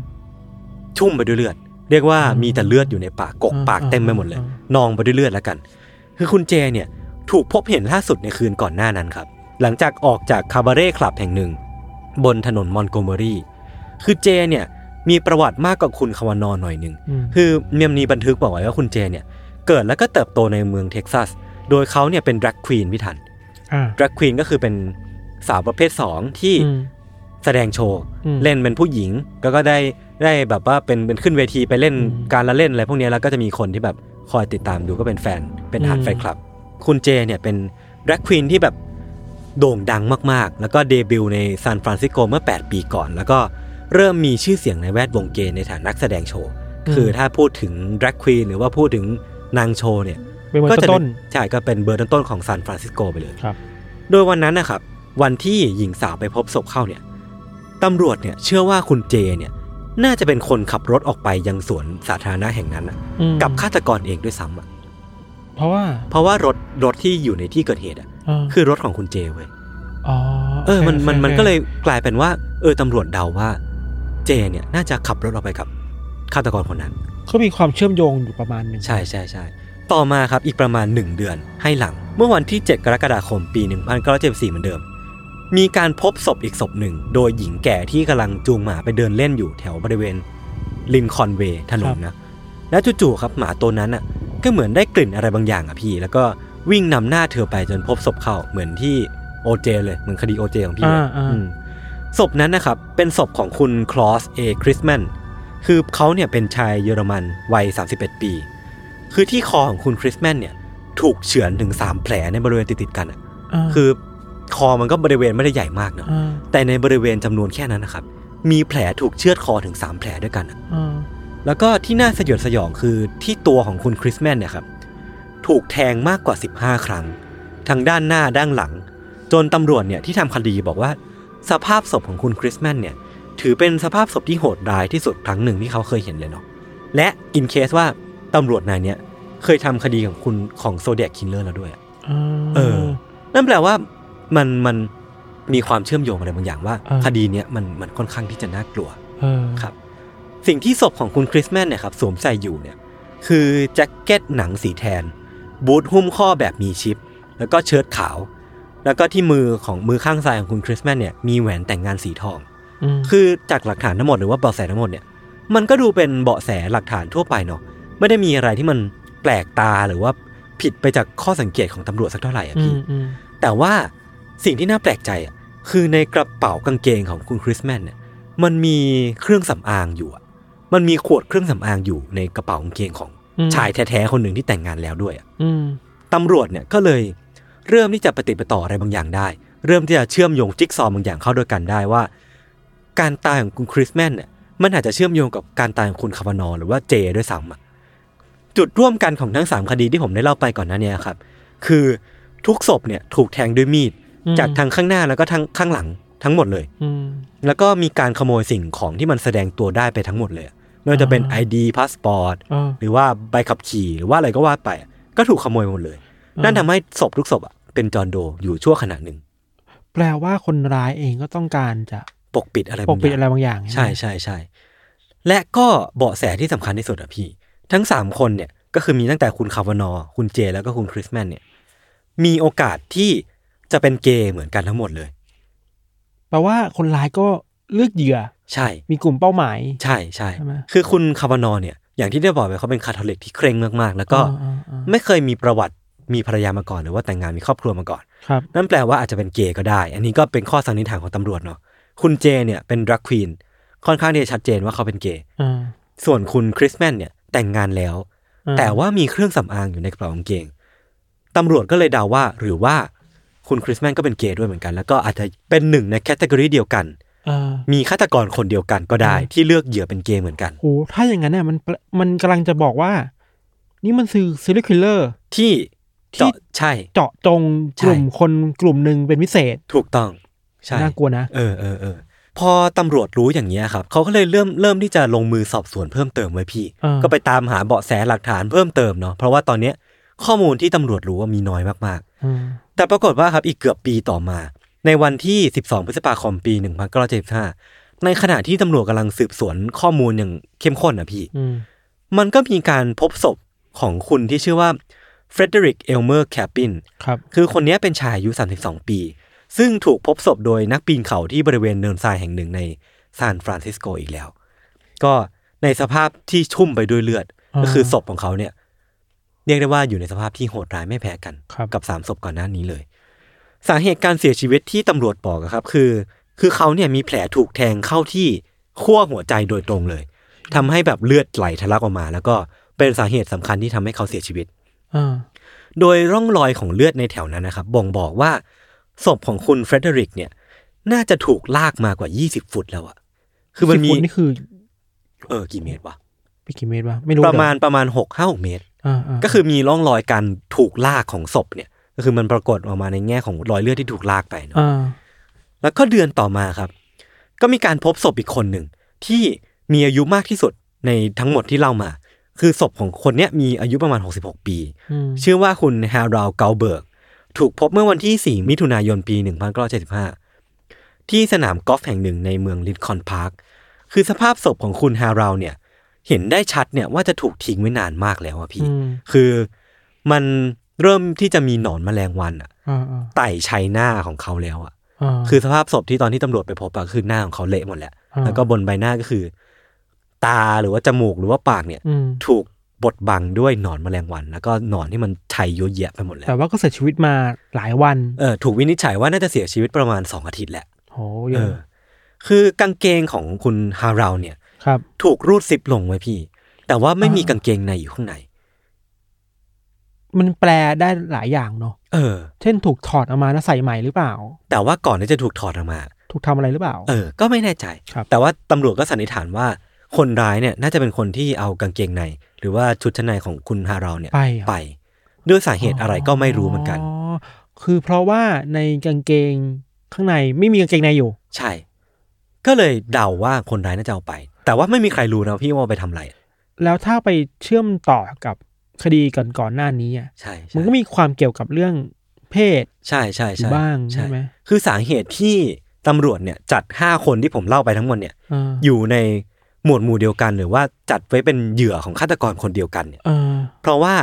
S2: ชุ่มไปด้วยเลือด เรียกว่า
S3: อืม
S2: มีแต่เลือดอยู่ในปากกก
S3: อ่า
S2: ปากเต็มไปหมดเลย
S3: อ่
S2: นองไปด้วยเลือดแล้วกัน คือคุณเจเนี่ยถูกพบเห็นล่าสุดในคืนก่อนหน้านั้นครับ หลังจากออกจากคาบาเร่คลับแห่งหนึ่ง บนถนนมอนโกเมอรี่ คือเจเนี่ยมีประวัติมากกว่าคุณคาวานอหน่อยหนึ่ง
S3: อืม
S2: คือเมียมนีบันทึกบอกไว้ว่าคุณเจเนี่ยเกิดแล้วก็เติบโตในเมืองเท็กซัส โดยเขาเนี่ยเป็นดรักควีนพี่ทัน
S3: อ่า
S2: ดรักควีนก็คือเป็นสาวประเภท 2 ที่
S3: อืม
S2: แสดงโชว์
S3: อืม
S2: เล่นเป็นผู้หญิงแล้วก็ได้ได้แบบว่าเป็นเป็นขึ้นเวทีไปเล่น
S3: อืม
S2: การละเล่นอะไรพวกเนี้ยแล้วก็จะมีคนที่แบบคอยติดตามดูก็เป็นแฟนเป็นฮาร์ด
S3: อืม
S2: แฟนคลับ คุณเจเนี่ยเป็นดรักควีนที่แบบโด่งดังมากๆ แล้วก็เดบิวต์ในซานฟรานซิสโกเมื่อ 8 ปีก่อน แล้วก็เริ่มมีชื่อเสียงในแวดวงเกย์ในฐานะนักแสดงโชว์ คือถ้าพูดถึงดรักควีนหรือว่าพูดถึงนางโชว์เนี่ย
S3: เป็นเบอ
S2: ก็
S3: ร์
S2: จะ
S3: ต้น
S2: ใช่ก็เป็นเบอร์ต้นๆของซานฟรานซิสโกไปเลย
S3: ครับ
S2: โดยวันนั้นนะครับ วันที่หญิงสาวไปพบศพเข้าเนี่ย ตำรวจเนี่ยเชื่อว่าคุณเจเนี่ย น่าจะเป็นคนขับรถออกไปยังสวนสาธารณะแห่งนั้นน่ะ
S3: อืม
S2: กับฆาตกรเองด้วยซ้ำอะ
S3: เพราะว่า
S2: เพราะว่ารถรถที่อยู่ในที่เกิดเหตุอะ
S3: อ่า
S2: คือรถของคุณเจเว้ย
S3: อ๋อ
S2: เออมันมันมัน
S3: โอค
S2: ก็เลยกลายเป็นว่า เออตำรวจเดาว่า เจเนี่ยน่าจะขับรถออกไปกับฆาตกรคนนั้น
S3: เขามีความเชื่อมโยงอยู่ประมาณหนึ่ง
S2: ใช่ใช่ใช่ต่อมาครับอีกประมาณ 1 เดือนให้หลัง เมื่อวันที่ 7 กรกฎาคมปี 1974เหมือนเดิม มีการพบศพอีกศพหนึ่ง โดยหญิงแก่ที่กำลังจูงหมาไปเดินเล่นอยู่แถวบริเวณลินคอล์นเวย์ถนนนะ และจู่ๆครับหมาตัวนั้นอ่ะก็เหมือนได้กลิ่นอะไรบางอย่างอ่ะพี่ แล้วก็วิ่งนำหน้าเธอไปจนพบศพเข้าเหมือนที่โอเจเลยเหมือนคดีโอเจของพี่เล
S3: อ่าย อ่า
S2: อืมศพนั้นนะครับ เป็นศพของคุณคลอสเอคริสแมนคือเขาเนี่ยเป็นชายเยอรมันวัย 31 ปี คือที่คอของคุณคริสแมนเนี่ยถูกเฉือนถึง 3 แผลในบริเวณติดๆกันอะ
S3: า
S2: คือคอมันก็บริเวณไม่ได้ใหญ่มากเนาะ
S3: า
S2: แต่ในบริเวณจำนวนแค่นั้นนะครับ มีแผลถูกเชือดคอถึง 3 แผลด้วยกันอะ
S3: อ่า
S2: แล้วก็ที่น่าสยดสยองคือที่ตัวของคุณคริสแมนเนี่ยครับถูกแทงมากกว่า 15 ครั้ง ทั้งด้านหน้าด้านหลัง จนตำรวจเนี่ยที่ทำคดีบอกว่า สภาพศพของคุณคริสแมนเนี่ย ถือเป็นสภาพศพที่โหดร้ายที่สุดครั้งหนึ่งที่เขาเคยเห็นเลยเนาะและอินเคสว่าตำรวจนายเนี่ยเคยทำคดีของคุณของโซเดียคินเลอร์แล้วด้วยอะ
S3: อ่า
S2: เออ นั่นแปลว่ามันมันมีความเชื่อมโยงอะไรบางอย่างว่า
S3: เออ
S2: คดีเนี้ยมันมันค่อนข้างที่จะน่ากลัว
S3: เออ
S2: ครับ สิ่งที่ศพของคุณคริสแมนเนี่ยครับสวมใส่อยู่เนี่ยคือแจ็คเก็ตหนังสีแทน บูทหุ้มข้อแบบมีชิป แล้วก็เชิ้ตขาว แล้วก็ที่มือของมือข้างซ้ายของคุณคริสแมนเนี่ยมีแหวนแต่งงานสีทอง
S3: ม
S2: คือจากหลักฐานทั้งหมดหรือว่าเบาะแสทั้งหมดเนี่ยมันก็ดูเป็นเบาะแสหลักฐานทั่วไปเนาะไม่ได้มีอะไรที่มันแปลกตาหรือว่าผิดไปจากข้อสังเกตของตำรวจสักเท่าไหร่อะพี่
S3: มอืม
S2: แต่ว่าสิ่งที่น่าแปลกใจอ่ะคือในกระเป๋ากางเกงของคุณคริสแมนเนี่ยมันมีเครื่องสำอางอยู่อะมันมีขวดเครื่องสำอางอยู่ในกระเป๋ากางเกงของ
S3: อืม
S2: ชายแท้ๆคนหนึ่งที่แต่งงานแล้วด้วยอะ
S3: อืม
S2: ตำรวจเนี่ยก็เลยเริ่มที่จะปฏิดประต่ออะไรบางอย่างได้ เริ่มที่จะเชื่อมโยงจิ๊กซอว์บางอย่างเข้าด้วยกันได้ว่า การตายของคุณคริสแมนเนี่ยมันอาจจะเชื่อมโยงกับการตายของคุณคาวานอหรือว่าเจด้วยซ้ำอะจุดร่วมกันของทั้งสามคดีที่ผมได้เล่าไปก่อนหน้าเนี้ครับคือทุกศพเนี่ยถูกแทงด้วยมีด
S3: อืม
S2: จากทางข้างหน้าแล้วก็ทางข้างหลังทั้งหมดเลย
S3: อืม
S2: แล้วก็มีการขโมยสิ่งของที่มันแสดงตัวได้ไปทั้งหมดเลยไม่ว่าจะเป็น
S3: อ่า
S2: ID พาสปอร์ต
S3: อ่า
S2: หรือว่าใบขับขี่หรือว่าอะไรก็ว่าไป ก็ถูกขโมยหมดเลย
S3: อ่านั่
S2: นั่นทำให้ศพทุกศพอะเป็นจอร์นโดอยู่ชั่วขณะหนึ่ง
S3: แปลว่าคนร้ายเองก็ต้องการจะ
S2: ปกปิดอะไร
S3: ป
S2: บาก งอ
S3: ปิด
S2: ย่าง
S3: อะไรบางอย่าง
S2: ใช่
S3: ไหม
S2: ใช่ใช่ และก็เบาะแสที่สำคัญที่สุดอะพี่ ทั้งสามคนเนี่ยก็คือมีตั้งแต่คุณคาวานอร์คุณเจ แล้วก็คุณคริสแมนเนี่ยมีโอกาสที่จะเป็นเกย์เหมือนกันทั้งหมดเลย
S3: แปลว่าคนร้ายก็เลือกเหยื่อ
S2: ใช่
S3: มีกลุ่มเป้าหมาย
S2: ใช่ใช่
S3: ใช่ไหม
S2: คือคุณคาวานอร์เนี่ย อย่างที่ได้บอกไปเขาเป็นคาทอลิกที่เคร่งมากๆ แล้วก็
S3: อ่าอ่าอ่า
S2: ไม่เคยมีประวัติมีภรรยามาก่อนหรือว่าแต่งงานมีครอบครัวมาก่อน
S3: ครับ
S2: นั่นแปลว่าอาจจะเป็นเกย์ก็ได้ อันนี้ก็เป็นข้อสันนิษฐานของตำรวจเนาะ คุณเจเนี่ยเป็นดรักควีน ค่อนข้างที่จะชัดเจนว่าเขาเป็นเกย์
S3: อ่า
S2: ส่วนคุณคริสแมนเนี่ยแต่งงานแล้ว
S3: อ่
S2: แต่ว่ามีเครื่องสำอางอยู่ในกระเป๋ากางเกง ตำรวจก็เลยเดาว่าหรือว่าคุณคริสแมนก็เป็นเกย์ด้วยเหมือนกัน แล้วก็อาจจะเป็นหนึ่งในแคตตากรีเดียวกัน
S3: อ่า
S2: มีฆาตกรคนเดียวกันก็ได้
S3: อืม
S2: ที่เลือกเหยื่อเป็นเกย์เหมือนกัน
S3: โหถ้าอย่างนั้นเนี่ยมันแปลมันกำลังจะบอกว่า นี่มันคือซีรีส์คิลเลอร์
S2: ที่
S3: ที่
S2: เจาะใช่
S3: เจาะจง
S2: ใช่
S3: กลุ่มคนกลุ่มหนึ่งเป็นพิเศษ
S2: ถูกต้องใช่
S3: น่ากลัวนะ
S2: เออเออเออพอตำรวจรู้อย่างนี้ยครับเขาก็เลยเริ่มเริ่มที่จะลงมือสอบสวนเพิ่มเติมไว้พี่
S3: อ่า
S2: ก็ไปตามหาเบาะแสหลักฐานเพิ่มเติมเนาะเพราะว่าตอนเนี้ยข้อมูลที่ตำรวจรู้ว่ามีน้อยมาก
S3: อืม
S2: ๆ แต่ปรากฏว่าครับอีกเกือบปีต่อมา ในวันที่ 12 พฤษภาคมปี 1975ในขณะที่ตำรวจกำลังสืบสวนข้อมูลอย่างเข้มข้นนะพี่
S3: อืม
S2: มันก็มีการพบศพของคุณที่ชื่อว่าเฟรเดริกเอลเมอร์แคปิน
S3: ครับ
S2: คือคนเนี้ยเป็นชายอายุ 32 ปี ซึ่งถูกพบศพโดยนักปีนเขาที่บริเวณเนินทรายแห่งหนึ่งในซานฟรานซิสโกอีกแล้ว ก็ในสภาพที่ชุ่มไปด้วยเลือด ก็คือศพของเขาเนี่ยเรียกได้ว่าอยู่ในสภาพที่โหดร้ายไม่แพ้กัน
S3: ครับ
S2: กับสามศพก่อนหน้านี้เลย สาเหตุการเสียชีวิตที่ตำรวจบอกอะครับ คือ คือเขาเนี่ยมีแผลถูกแทงเข้าที่ขั้วหัวใจโดยตรงเลยทำให้แบบเลือดไหลทะลักออกมา แล้วก็เป็นสาเหตุสำคัญที่ทำให้เขาเสียชีวิต
S3: อ่า
S2: โดยร่องรอยของเลือดในแถวนั้นนะครับ บ่งบอกว่าศพของคุณเฟรเดริกเนี่ย น่าจะถูกลากมากว่า 20 ฟุตแล้วอะคือมันมี
S3: สิบฟุตนี่คือ
S2: เออกี่เมตรวะ
S3: ไปกี่เมตรวะไม่รู้
S2: ประมาณประมาณหกห้าหกเมตร
S3: อ่าา
S2: ก็คือมีร่องรอยการถูกลากของศพเนี่ย ก็คือมันปรากฏออกมาในแง่ของรอยเลือดที่ถูกลากไปเนาะ
S3: อ่า
S2: แล้วก็เดือนต่อมาครับ ก็มีการพบศพอีกคนหนึ่ง ที่มีอายุมากที่สุดในทั้งหมดที่เล่ามา คือศพของคนเนี้ยมีอายุประมาณ 66 ปี
S3: อืม
S2: ชื่อว่าคุณฮาราวเกาเบิร์ก ถูกพบเมื่อวันที่ 4 มิถุนายนปี 1975 ที่สนามกอล์ฟแห่งหนึ่งในเมืองลินคอล์นพาร์คคือสภาพศพของคุณฮาราวเนี่ย เห็นได้ชัดเนี่ยว่าจะถูกทิ้งไว้นานมากแล้วอะพี่
S3: อืม
S2: คือมันเริ่มที่จะมีหนอนแมลงวันอะ
S3: อ่าอ่า
S2: ไต่ชัยหน้าของเขาแล้วอะ
S3: อ่า
S2: คือสภาพศพที่ตอนที่ตำรวจไปพบอะคือหน้าของเขาเละหมดแล้ว
S3: อ่า
S2: แล้วก็บนใบหน้าก็คือ ตาหรือว่าจมูกหรือว่าปากเนี่ย
S3: อืม
S2: ถูกบดบังด้วยหนอนแมลงวัน แล้วก็หนอนที่มันชัยเยอะแยะไปหมดแล้
S3: แต่
S2: ว
S3: ว่าก็เสียชีวิตมาหลายวัน
S2: เออถูกวินิจฉัยว่าน่าจะเสียชีวิตประมาณสองอาทิตย์แหละ
S3: โหเย
S2: เอ
S3: อะ
S2: อ คือกางเกงของคุณฮาราวเนี่ย
S3: ครับ
S2: ถูกรูดซิปลงไว้พี่ แต่ว่าไม่มี
S3: อ่า
S2: กางเกงในอยู่ข้างใน
S3: มันแปลได้หลายอย่างเนาะ
S2: เออ
S3: เช่นถูกถอดออกมาแล้วใส่ใหม่หรือเปล่า
S2: แต่ว่าก่อนที่จะถูกถอดออกมา
S3: ถูกทำอะไรหรือเปล่า
S2: เออ ก็ไม่แน่ใจ
S3: ครับ
S2: แต่ว่าตำรวจก็สันนิษฐานว่า คนร้ายเนี่ย น่าจะเป็นคนที่เอากางเกงใน หรือว่าชุดชั้นในของคุณฮาราวเนี่ย
S3: ไปเหรอ
S2: ไป ด้วยสาเหตุอะไรก็ไม่รู้เหมือนกัน
S3: คือเพราะว่าในกางเกงข้างในไม่มีกางเกงในอยู่
S2: ใช่ ก็เลยเดาว่าคนร้ายน่าจะเอาไป แต่ว่าไม่มีใครรู้นะพี่ว่าเอาไปทำอะไร
S3: แล้วถ้าไปเชื่อมต่อกับคดีก่อนๆหน้านี้อ่ะ
S2: ใช่ใช่
S3: มันก็มีความเกี่ยวกับเรื่องเพศ
S2: ใช่ใช่
S3: อยู่
S2: ใช่
S3: บ้างใช่ไหม
S2: คือสาเหตุที่ตำรวจเนี่ยจัดห้าคนที่ผมเล่าไปทั้งหมดเนี่ย
S3: เออ
S2: อยู่ในหมวดหมู่เดียวกันหรือว่าจัดไว้เป็นเหยื่อของฆาตกรคนเดียวกันเนี่ย
S3: เออ
S2: เพราะว่า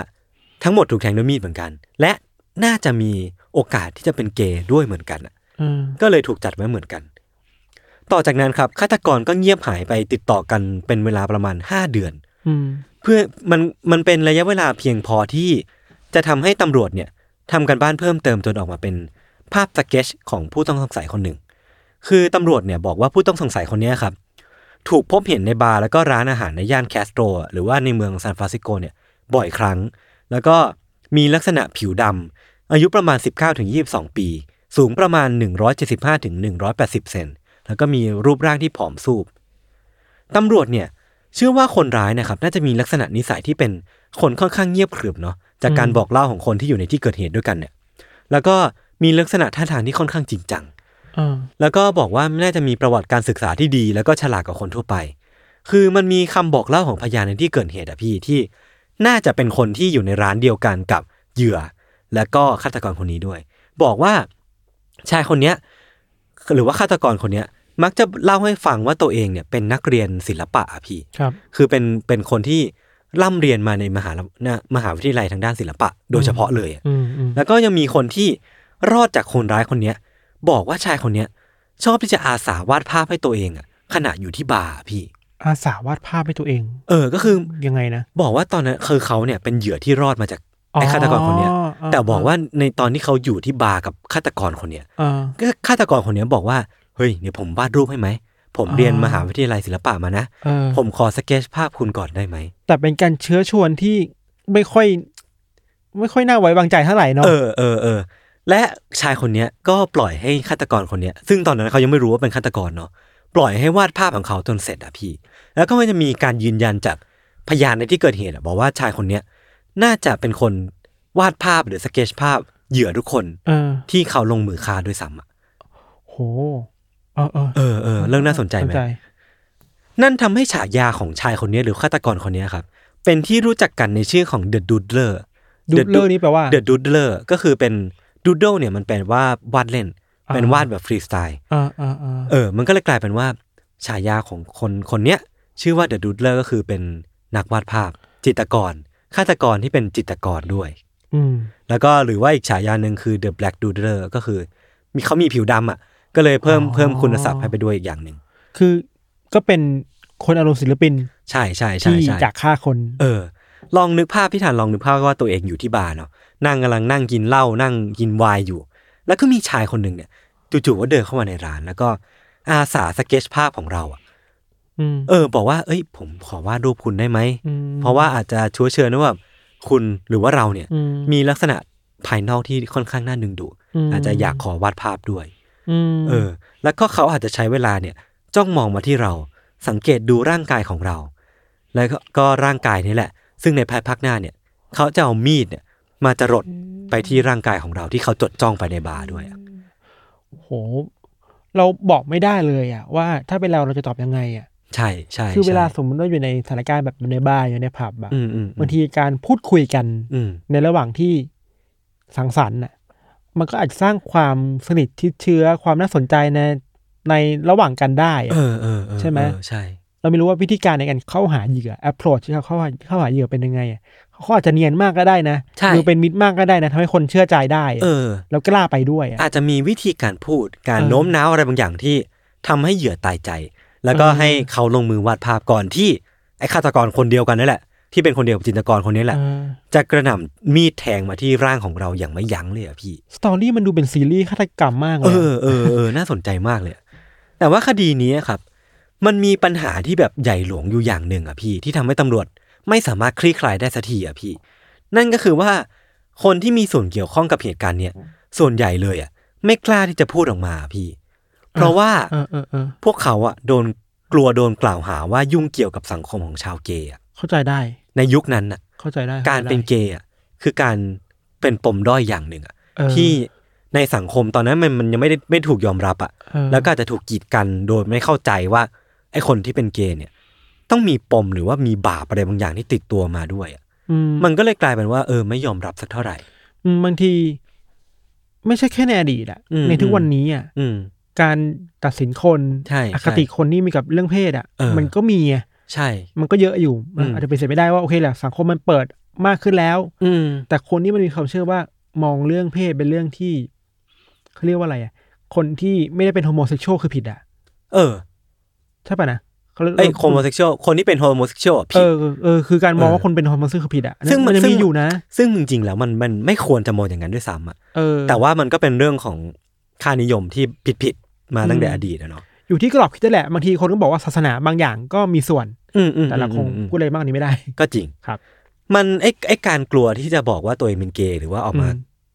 S2: ทั้งหมดถูกแทงด้วยมีดเหมือนกัน และน่าจะมีโอกาสที่จะเป็นเกย์ด้วยเหมือนกันอะ
S3: เออ
S2: ก็เลยถูกจัดไว้เหมือนกัน ต่อจากนั้นครับฆาตกรก็เงียบหายไปติดต่อกันเป็นเวลาประมาณ 5 เดือน
S3: อืม
S2: เพื่อมันมันเป็นระยะเวลาเพียงพอที่จะทำให้ตำรวจเนี่ยทำกันบ้านเพิ่มเติมจนออกมาเป็นภาพสเก็ตชของผู้ต้องสงสัยคนหนึ่ง คือตำรวจเนี่ยบอกว่าผู้ต้องสงสัยคนเนี้ยครับ ถูกพบเห็นในบาร์แล้วก็ร้านอาหารในย่านแคสโตรหรือว่าในเมืองซานฟรานซิสโกเนี่ยบ่อยครั้ง แล้วก็มีลักษณะผิวดำอายุประมาณ 19-22 ปี สูงประมาณ 175-180 เซนแล้วก็มีรูปร่างที่ผอมซูบ ตำรวจเนี่ยเชื่อว่าคนร้ายนะครับ น่าจะมีลักษณะนิสัยที่เป็นคนค่อนข้างเงียบขรึมเนาะจากการ
S3: อืม
S2: บอกเล่าของคนที่อยู่ในที่เกิดเหตุด้วยกันเนี่ย แล้วก็มีลักษณะท่าทางที่ค่อนข้างจริงจัง
S3: เออ
S2: แล้วก็บอกว่าน่าจะมีประวัติการศึกษาที่ดี แล้วก็ฉลาดกว่าคนทั่วไป คือมันมีคำบอกเล่าของพยานในที่เกิดเหตุอะพี่ที่ น่าจะเป็นคนที่อยู่ในร้านเดียวกันกับเหยื่อ และก็ฆาตกรคนนี้ด้วย บอกว่าชายคนเนี้ยหรือว่าฆาตกรคนเนี้ย มักจะเล่าให้ฟังว่าตัวเองเนี่ยเป็นนักเรียนศิลปะอะพี่
S3: ครับ
S2: คือเป็นเป็นคนที่ร่ำเรียนมาในมหาลัยนะมหาวิทยาลัยทางด้านศิลปะ โดยเฉพาะเลยอะ
S3: อืมอืม
S2: แล้วก็ยังมีคนที่รอดจากคนร้ายคนเนี้ย บอกว่าชายคนเนี้ย ชอบที่จะอาสาวาดภาพให้ตัวเองอะขณะอยู่ที่บาร์อะพี่
S3: อาสาวาดภาพให้ตัวเอง
S2: เออก็คือ
S3: ยังไงนะ
S2: บอกว่าตอนนั้นคือเขาเนี่ยเป็นเหยื่อที่รอดมาจาก
S3: อ๋อ
S2: ไอ้ฆาตกรคนเนี้ย
S3: เ
S2: แต่บอกว่าในตอนที่เขาอยู่ที่บาร์กับฆาตกรคนเนี้ย
S3: เออ
S2: ก็ฆาตกรคนเนี้ยบอกว่าเฮ้ยเดี๋ยวผมวาดรูปให้ไหมผม
S3: อ๋อ
S2: เรียนมหาวิทยาลัยศิลปะมานะ
S3: เออ
S2: ผมขอสเก็ตภาพคุณก่อนได้ไหม
S3: แต่เป็นการเชื้อชวนที่ไม่ค่อย ไม่ค่อยน่าไว้วางใจเท่าไหร่เนาะ
S2: เออเออเออและชายคนเนี้ยก็ปล่อยให้ฆาตกรคนเนี้ย ซึ่งตอนนั้นเขายังไม่รู้ว่าเป็นฆาตกรเนาะ ปล่อยให้วาดภาพของเขาจนเสร็จอะพี่ แล้วก็มันจะมีการยืนยันจากพยานในที่เกิดเหตุอะบอกว่าชายคนเนี้ยน่าจะเป็นคนวาดภาพหรือสเก็ตภาพเหยื่อทุกคน
S3: เออ
S2: ที่เขาลงมือฆ่าด้วยซ้ำอะ
S3: โห เออเออ
S2: เออเออเรื่องน่าสนใจไหม นั่นทำให้ฉายาของชายคนนี้หรือฆาตกรคนนี้ครับ เป็นที่รู้จักกันในชื่อของ The Doodler
S3: ดูเรื่องนี้แปลว่า
S2: The Doodler ก็คือเป็น Doodle เนี่ยมันแปลว่าวาดเล่น
S3: อ่า
S2: เป็นวาดแบบฟรีสไตล์
S3: เออเออเออ
S2: เออ มันก็เลยกลายเป็นว่า ฉายาของคนคนเนี้ย ชื่อว่า The Doodler ก็คือเป็นนักวาดภาพ จิตรกรฆาตกรที่เป็นจิตรกรด้วย
S3: อืม
S2: แล้วก็หรือว่าอีกฉายาหนึ่งคือ The Black Doodler ก็คือ มีเขามีผิวดำอ่ะ ก็เลยเพิ่ม
S3: อ๋อ
S2: เพิ่มคุณศัพท์ให้ไปด้วยอีกอย่างหนึ่ง
S3: คือก็เป็นคนอารมณ์ศิลปิน
S2: ใช่ใช่ใช่
S3: ที่
S2: ใช่
S3: อยากฆ่าคน
S2: เออ ลองนึกภาพพี่ฐานลองนึกภาพว่าตัวเองอยู่ที่บาร์เนาะนั่งกำลังนั่งกินเหล้านั่งกินไวน์อยู่ แล้วก็มีชายคนหนึ่งเนี่ยจู่ๆก็เดินเข้ามาในร้าน แล้วก็อาสาสเก็ตชภาพของเราอะ
S3: อืม
S2: เออ บอกว่า เอ้ย ผมขอวาดรูปคุณได้ไหม
S3: ม
S2: เพราะว่าอาจจะชัวเชิญนะว่าคุณหรือว่าเราเนี่ย
S3: อืมี
S2: มีลักษณะภายนอกที่ค่อนข้างน่าดึงดูด
S3: อืม
S2: อาจจะอยากขอวาดภาพด้วย
S3: เอ
S2: เออ แล้วก็เขาอาจจะใช้เวลาเนี่ย จ้องมองมาที่เรา สังเกตดูร่างกายของเรา แล้วก็ก็ร่างกายนี่แหละ ซึ่งในภายภาคหน้าเนี่ย เขาจะเอามีดเนี่ย มาจรดไปที่ร่างกายของเราที่เขาจดจ้องไปในบาร์ด้วยอะ
S3: โห เราบอกไม่ได้เลยอะว่าถ้าเป็นเราเราจะตอบยังไงอะ
S2: ใช่ใช่
S3: คือเวลา
S2: ใช่
S3: สมมติว่าอยู่ในสถานการณ์แบบในบ้านอยู่ในผับอะ
S2: อืมอืมอืม
S3: บางทีการพูดคุยกัน
S2: อืม
S3: ในระหว่างที่สังสรรค์น่ะ มันก็อาจจะสร้างความสนิทชิดเชื้อความน่าสนใจใน ในระหว่างกันได้อะ
S2: เออเออเออ
S3: ใช่ไหม
S2: เออใช่
S3: เราไม่รู้ว่าวิธีการในการเข้าหาเหยื่อ approach ที่เขาเข้าหาเข้าหาเหยื่อเป็นยังไงอะเขาอาจจะเนียนมากก็ได้นะ
S2: ใช่
S3: ดูเป็นมิตรมากก็ได้นะทำให้คนเชื่อใจได้อะ
S2: เออ
S3: แล้วกล้าไปด้วยอะ
S2: อาจจะมีวิธีการพูดการ
S3: เออ
S2: โน้มน้าวอะไรบางอย่างที่ทำให้เหยื่อตายใจ แล้วก็
S3: เออ
S2: ให้เขาลงมือวาดภาพก่อนที่ไอ้ฆาตกรคนเดียวกันนั่นแหละ ที่เป็นคนเดียวกับจินตกรคนนี้แหละ
S3: เออ
S2: จะกระหน่ำมีดแทงมาที่ร่างของเราอย่างไม่ยั้งเลยอะพี่
S3: สตอรี่มันดูเป็นซีรีส์ฆาตกรรมมากเล
S2: เอย อเออเออ น่าสนใจมากเลยอะแต่ว่าคดีนี้ครับ มันมีปัญหาที่แบบใหญ่หลวงอยู่อย่างหนึ่งอะพี่ ที่ทำให้ตำรวจไม่สามารถคลี่คลายได้สักทีอะพี่ นั่นก็คือว่าคนที่มีส่วนเกี่ยวข้องกับเหตุการณ์เนี่ย ส่วนใหญ่เลยอะไม่กล้าที่จะพูดออกมาอะพี่ เพราะว่า
S3: เออเออเออ
S2: พวกเขาอะโดนกลัวโดนกล่าวหาว่ายุ่งเกี่ยวกับสังคมของชาวเกย์อะ
S3: เข้าใจได้
S2: ในยุคนั้นอะ
S3: เข้าใจได้
S2: การเป็นเกย์อะคือการเป็นปมด้อยอย่างหนึ่งอะ
S3: เออ
S2: ที่ในสังคมตอนนั้นมันมันยังไม่ได้ไม่ถูกยอมรับอะ
S3: เออ
S2: แล้วก็อาจจะถูกกีดกันโดยไม่เข้าใจว่าไอ้คนที่เป็นเกย์เนี่ย ต้องมีปมหรือว่ามีบาปอะไรบางอย่างที่ติดตัวมาด้วยอะ
S3: อื
S2: มันก็เลยกลายเป็นว่าเออไม่ยอมรับสักเท่าไหร่
S3: อืมบางที ไม่ใช่แค่ในอดีตอะ
S2: อืม
S3: ในทุกวันนี้อะ
S2: อืม
S3: การตัดสินคน
S2: ใช่
S3: อคติคนที่มีกับเรื่องเพศอะ
S2: เออ
S3: มันก็มีอะ
S2: ใช่
S3: มันก็เยอะอยู่
S2: อืม
S3: อาจจะเป็นเสียไม่ได้ว่าโอเคแหละสังคมมันเปิดมากขึ้นแล้ว
S2: อืม
S3: แต่คนที่มันมีความเชื่อว่ามองเรื่องเพศเป็นเรื่องที่เขาเรียกว่าอะไรอะคนที่ไม่ได้เป็นโฮโมเซ็กชวลคือผิดอะ
S2: เออ
S3: ใช่ปะนะเขา
S2: ไอ้โฮโมเซ็กชวลคนที่เป็นโฮโมเซ็กชวลผิ
S3: เอ
S2: ด
S3: อเออคือการมอง
S2: เออ
S3: ว่าคนเป็นโฮโมเซ็กชวลคือผิดอะอันนั้น
S2: ซึ่งมัน
S3: มันจะ
S2: ซึ่ง
S3: มีอยู่นะ
S2: ซึ่งจริงๆแล้วมันมันไม่ควรจะมองอย่างนั้นด้วยซ้ำอะ
S3: เออ
S2: แต่ว่ามันก็เป็นเรื่องของค่านิยมที่ผิดผิดๆมาตั้งแต่
S3: อืม
S2: อดีตนะเนาะ
S3: อยู่ที่กรอบคิดนั่นแหละบางทีคนก็บอกว่าศาสนาบางอย่างก็มีส่วน
S2: อืมอืม
S3: แต่เราคง
S2: อืมอืม
S3: พูดอะไรมากกว่านี้ไม่ได้
S2: ก็จริง
S3: ครับ
S2: มันไอ้ไอ้การกลัวที่จะบอกว่าตัวเองเป็นเกย์หรือว่าออกมา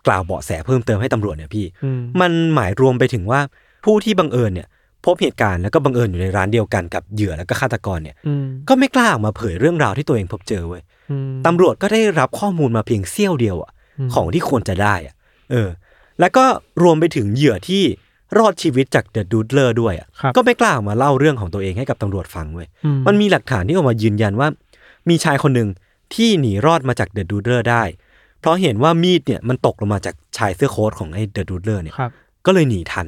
S2: กล่าวเบาะแสเพิ่มเติมให้ตำรวจเนี่ยพี่
S3: อืม
S2: มันหมายรวมไปถึงว่าผู้ที่บังเอิญเนี่ย พบเหตุการณ์แล้วก็บังเอิญอยู่ในร้านเดียวกันกับเหยื่อแล้วก็ฆาตกรเนี่ย
S3: อืม
S2: ก็ไม่กล้าออกมาเผยเรื่องราวที่ตัวเองพบเจอเว้ย
S3: อืม
S2: ตำรวจก็ได้รับข้อมูลมาเพียงเสี้ยวเดียวอะ
S3: ม
S2: ของที่ควรจะได้อะเออ แล้วก็รวมไปถึงเหยื่อที่รอดชีวิตจากเดอะดูดเลอร์ด้วยอะ
S3: ครับ
S2: ก็ไม่กล้าออกมาเล่าเรื่องของตัวเองให้กับตำรวจฟังเว้ย
S3: อื
S2: มันมีหลักฐานที่ออกมายืนยันว่า มีชายคนหนึ่งที่หนีรอดมาจากเดอะดูดเลอร์ได้ เพราะเห็นว่ามีดเนี่ยมันตกลงมาจากชายเสื้อโค้ทของไอ้เดอะดูดเลอร์เนี่ย
S3: ครับ
S2: ก็เลยหนีทัน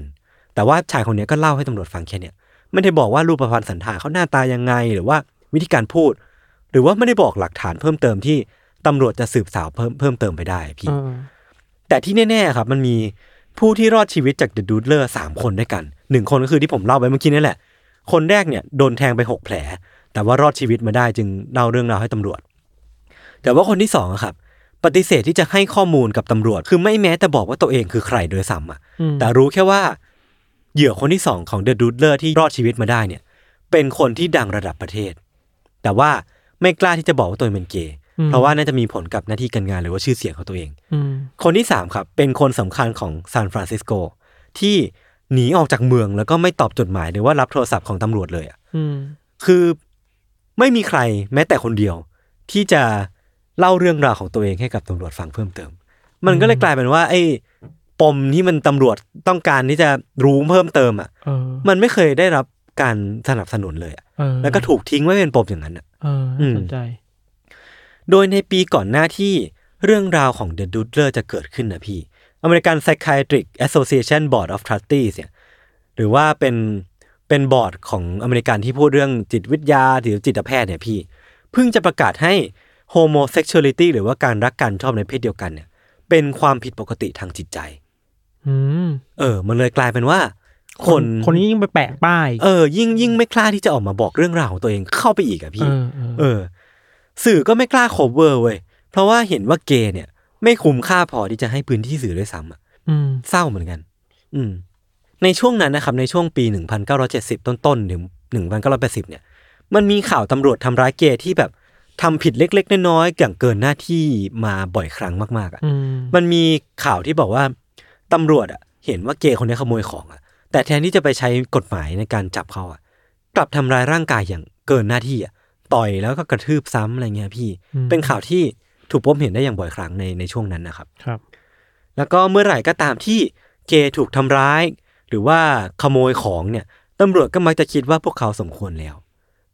S2: แต่ว่าชายคนเนี้ยก็เล่าให้ตำรวจฟังแค่เนี้ยไม่ได้บอกว่ารูปพรรณสันฐานเขาหน้าตายังไง หรือว่าวิธีการพูด หรือว่าไม่ได้บอกหลักฐานเพิ่มเติมที่ตำรวจจะสืบสาวเพิ่มเพิ่มเติมไปได้พี่
S3: เออ
S2: แต่ที่แน่ๆครับมันมีผู้ที่รอดชีวิตจากเดอะดูดเลอร์สามคนด้วยกันหนึ่งคนก็คือที่ผมเล่าไปเมื่อกี้นี่แหละ คนแรกเนี่ยโดนแทงไปหกแผล แต่ว่ารอดชีวิตมาได้จึงเล่าเรื่องราวให้ตำรวจ แต่ว่าคนที่สองอะครับ ปฏิเสธที่จะให้ข้อมูลกับตำรวจ คือไม่แม้แต่บอกว่าตัวเองคือใครโดยซ้ำอะ
S3: อืม
S2: แต่รู้แค่ว่าเหยื่อคนที่สองของเดอะดูดเลอร์ที่รอดชีวิตมาได้เนี่ย เป็นคนที่ดังระดับประเทศ แต่ว่าไม่กล้าที่จะบอกว่าตัวเองเป็นเกย์เพราะว่าน่าจะมีผลกับหน้าที่การงานหรือว่าชื่อเสียงของตัวเอง
S3: อืม
S2: คนที่สามครับ เป็นคนสำคัญของซานฟรานซิสโกที่หนีออกจากเมืองแล้วก็ไม่ตอบจดหมายหรือว่ารับโทรศัพท์ของตำรวจเลยอะ
S3: อืม
S2: คือไม่มีใครแม้แต่คนเดียว ที่จะเล่าเรื่องราวของตัวเองให้กับตำรวจฟังเพิ่มเติม มันก็เลยกลายเป็นว่าไอ้ปมที่มันตำรวจต้องการที่จะรู้เพิ่มเติมอ่ะ
S3: เออ
S2: มันไม่เคยได้รับการสนับสนุนเลยอะ
S3: เออ
S2: แล้วก็ถูกทิ้งไว้เป็นปมอย่างนั้นอะ
S3: เออ
S2: อื
S3: น่าม สนใจ
S2: โดยในปีก่อนหน้าที่เรื่องราวของ The Doodler จะเกิดขึ้นนะพี่ American Psychiatric Association Board of Trustees เนี่ยหรือว่าเป็นเป็นบอร์ดของอเมริกันที่พูดเรื่องจิตวิทยาหรือจิตแพทย์เนี่ยพี่ เพิ่งจะประกาศให้ homosexuality หรือว่าการรักกันชอบในเพศเดียวกันเนี่ยเป็นความผิดปกติทางจิตใจ
S3: อืม
S2: เออ มันเลยกลายเป็นว่า คน
S3: คนนี้ยิ่งไปแปะป้าย
S2: เออ ยิ่งยิ่งไม่กล้าที่จะออกมาบอกเรื่องราวของตัวเองเข้าไปอีกอะ
S3: เอ
S2: พี่
S3: อเออ
S2: เออ สื่อก็ไม่กล้า cover เว้ย เพราะว่าเห็นว่าเกย์เนี่ย ไม่คุ้มค่าพอที่จะให้พื้นที่สื่อด้วยซ้ำอะ
S3: อืม
S2: เศร้าเหมือนกัน อืม ในช่วงนั้นนะครับ ในช่วงปี 1970 ต้นๆ ถึง 1980 เนี่ย มันมีข่าวตำรวจทำร้ายเกย์ที่แบบทำผิดเล็ก ๆ น้อยๆอย่างเกินหน้าที่มาบ่อยครั้งมากๆอะ
S3: อืม
S2: มันมีข่าวที่บอกว่าตำรวจอะเห็นว่าเกย์คนนี้ขโมยของอะแต่แทนที่จะไปใช้กฎหมายในการจับเขาอะกลับทำร้ายร่างกายอย่างเกินหน้าที่อะต่อยแล้วก็กระทืบซ้ำอะไรเงี้ยพี่ เป็นข่าวที่ถูกพบเห็นได้อย่างบ่อยครั้งในในช่วงนั้นนะครับ
S3: ครับ
S2: แล้วก็เมื่อไหร่ก็ตามที่เกย์ถูกทำร้าย หรือว่าขโมยของเนี่ยตำรวจก็มักจะคิดว่าพวกเขาสมควรแล้ว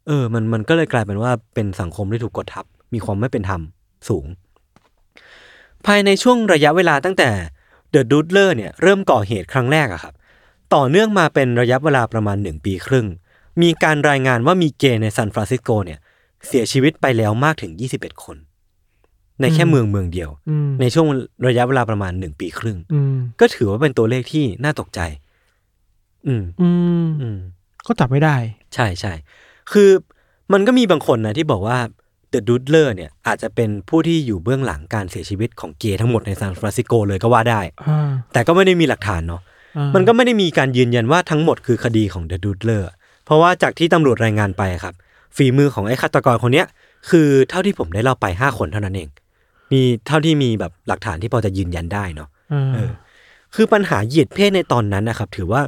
S2: เออ มันมันก็เลยกลายเป็นว่าเป็นสังคมที่ถูกกดทับ มีความไม่เป็นธรรมสูง ภายในช่วงระยะเวลาตั้งแต่เดอะดูดเลอร์เนี่ยเริ่มก่อเหตุครั้งแรกอะครับ ต่อเนื่องมาเป็นระยะเวลาประมาณหนึ่งปีครึ่ง มีการรายงานว่ามีเกย์ในซานฟรานซิสโกเนี่ย เสียชีวิตไปแล้วมากถึง 21 คน ในแค่
S3: อืม
S2: เมืองเมืองเดียว
S3: อืม
S2: ในช่วงระยะเวลาประมาณหนึ่งปีครึ่ง
S3: อืม
S2: ก็ถือว่าเป็นตัวเลขที่น่าตกใจ อืม
S3: อืม
S2: อืม
S3: ก็จับไม่ได้
S2: ใช่ใช่ คือมันก็มีบางคนนะที่บอกว่าเดอะดูดเลอร์เนี่ยอาจจะเป็นผู้ที่อยู่เบื้องหลังการเสียชีวิตของเกย์ทั้งหมดในซานฟรานซิสโกเลยก็ว่าได้
S3: อ่า
S2: แต่ก็ไม่ได้มีหลักฐานเนาะ
S3: อ่า
S2: มันก็ไม่ได้มีการยืนยันว่าทั้งหมดคือคดีของเดอะดูดเลอร์ เพราะว่าจากที่ตำรวจรายงานไปครับ ฝีมือของไอ้ฆาตกรคนเนี้ย คือเท่าที่ผมได้เล่าไปห้าคนเท่านั้นเอง มีเท่าที่มีแบบหลักฐานที่พอจะยืนยันได้เนาะ
S3: อ่า
S2: เออคือปัญหาเหยียดเพศในตอนนั้นนะครับ ถือว่า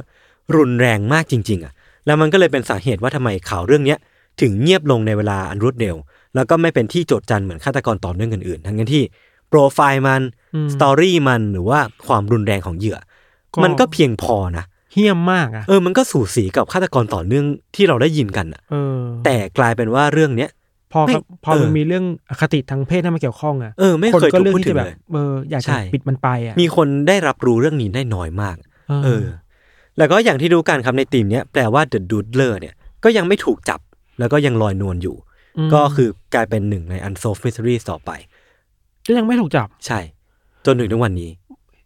S2: รุนแรงมากจริง ๆ อ่ะ แล้วมันก็เลยเป็นสาเหตุว่าทำไมข่าวเรื่องเนี้ย ถึงเงียบลงในเวลาอันรวดเร็ว แล้วก็ไม่เป็นที่โจทย์จันเหมือนฆาตกรต่อเนื่องอื่นๆ ทั้งนั้นที่โปรไฟล์มัน
S3: ม
S2: สตอรี่มันหรือว่าความรุนแรงของเหยื่อ
S3: ก็
S2: มันก็เพียงพอนะ
S3: เฮี้ยมมากอ่ะ
S2: เออมันก็สูสีกับฆาตกรต่อเนื่องที่เราได้ยินกันอะ
S3: เออ
S2: แต่กลายเป็นว่าเรื่องเนี้ย
S3: พอครับ
S2: ไม่
S3: พอมัน
S2: เออ
S3: มีเรื่องอคติทางเพศที่มาเกี่ยวข้องอ่ะ
S2: เออ ไม่
S3: คน
S2: เคย
S3: ก็
S2: ถูก
S3: เลือก
S2: พูด
S3: ที่
S2: ถึง
S3: จะแบ
S2: เล
S3: บ
S2: ย
S3: เอออยาก
S2: ใช่
S3: จะปิดมันไปอ่ะ
S2: มีคนได้รับรู้เรื่องนี้ได้น้อยมาก
S3: เอ
S2: เอ
S3: อ
S2: อ แล้วก็อย่างที่ดูกันครับในทีมเนี้ยแปลว่า The Doodler เนี่ยก็ยังไม่ถูกจับ แล้วก็ยังลอยนวลอยู่
S3: อืม
S2: ก็คือกลายเป็นหนึ่งใน Unsolved Mysteries ต่อไป
S3: ก็ยังไม่ถูกจับ
S2: ใช่ จนถึงทุกวันนี้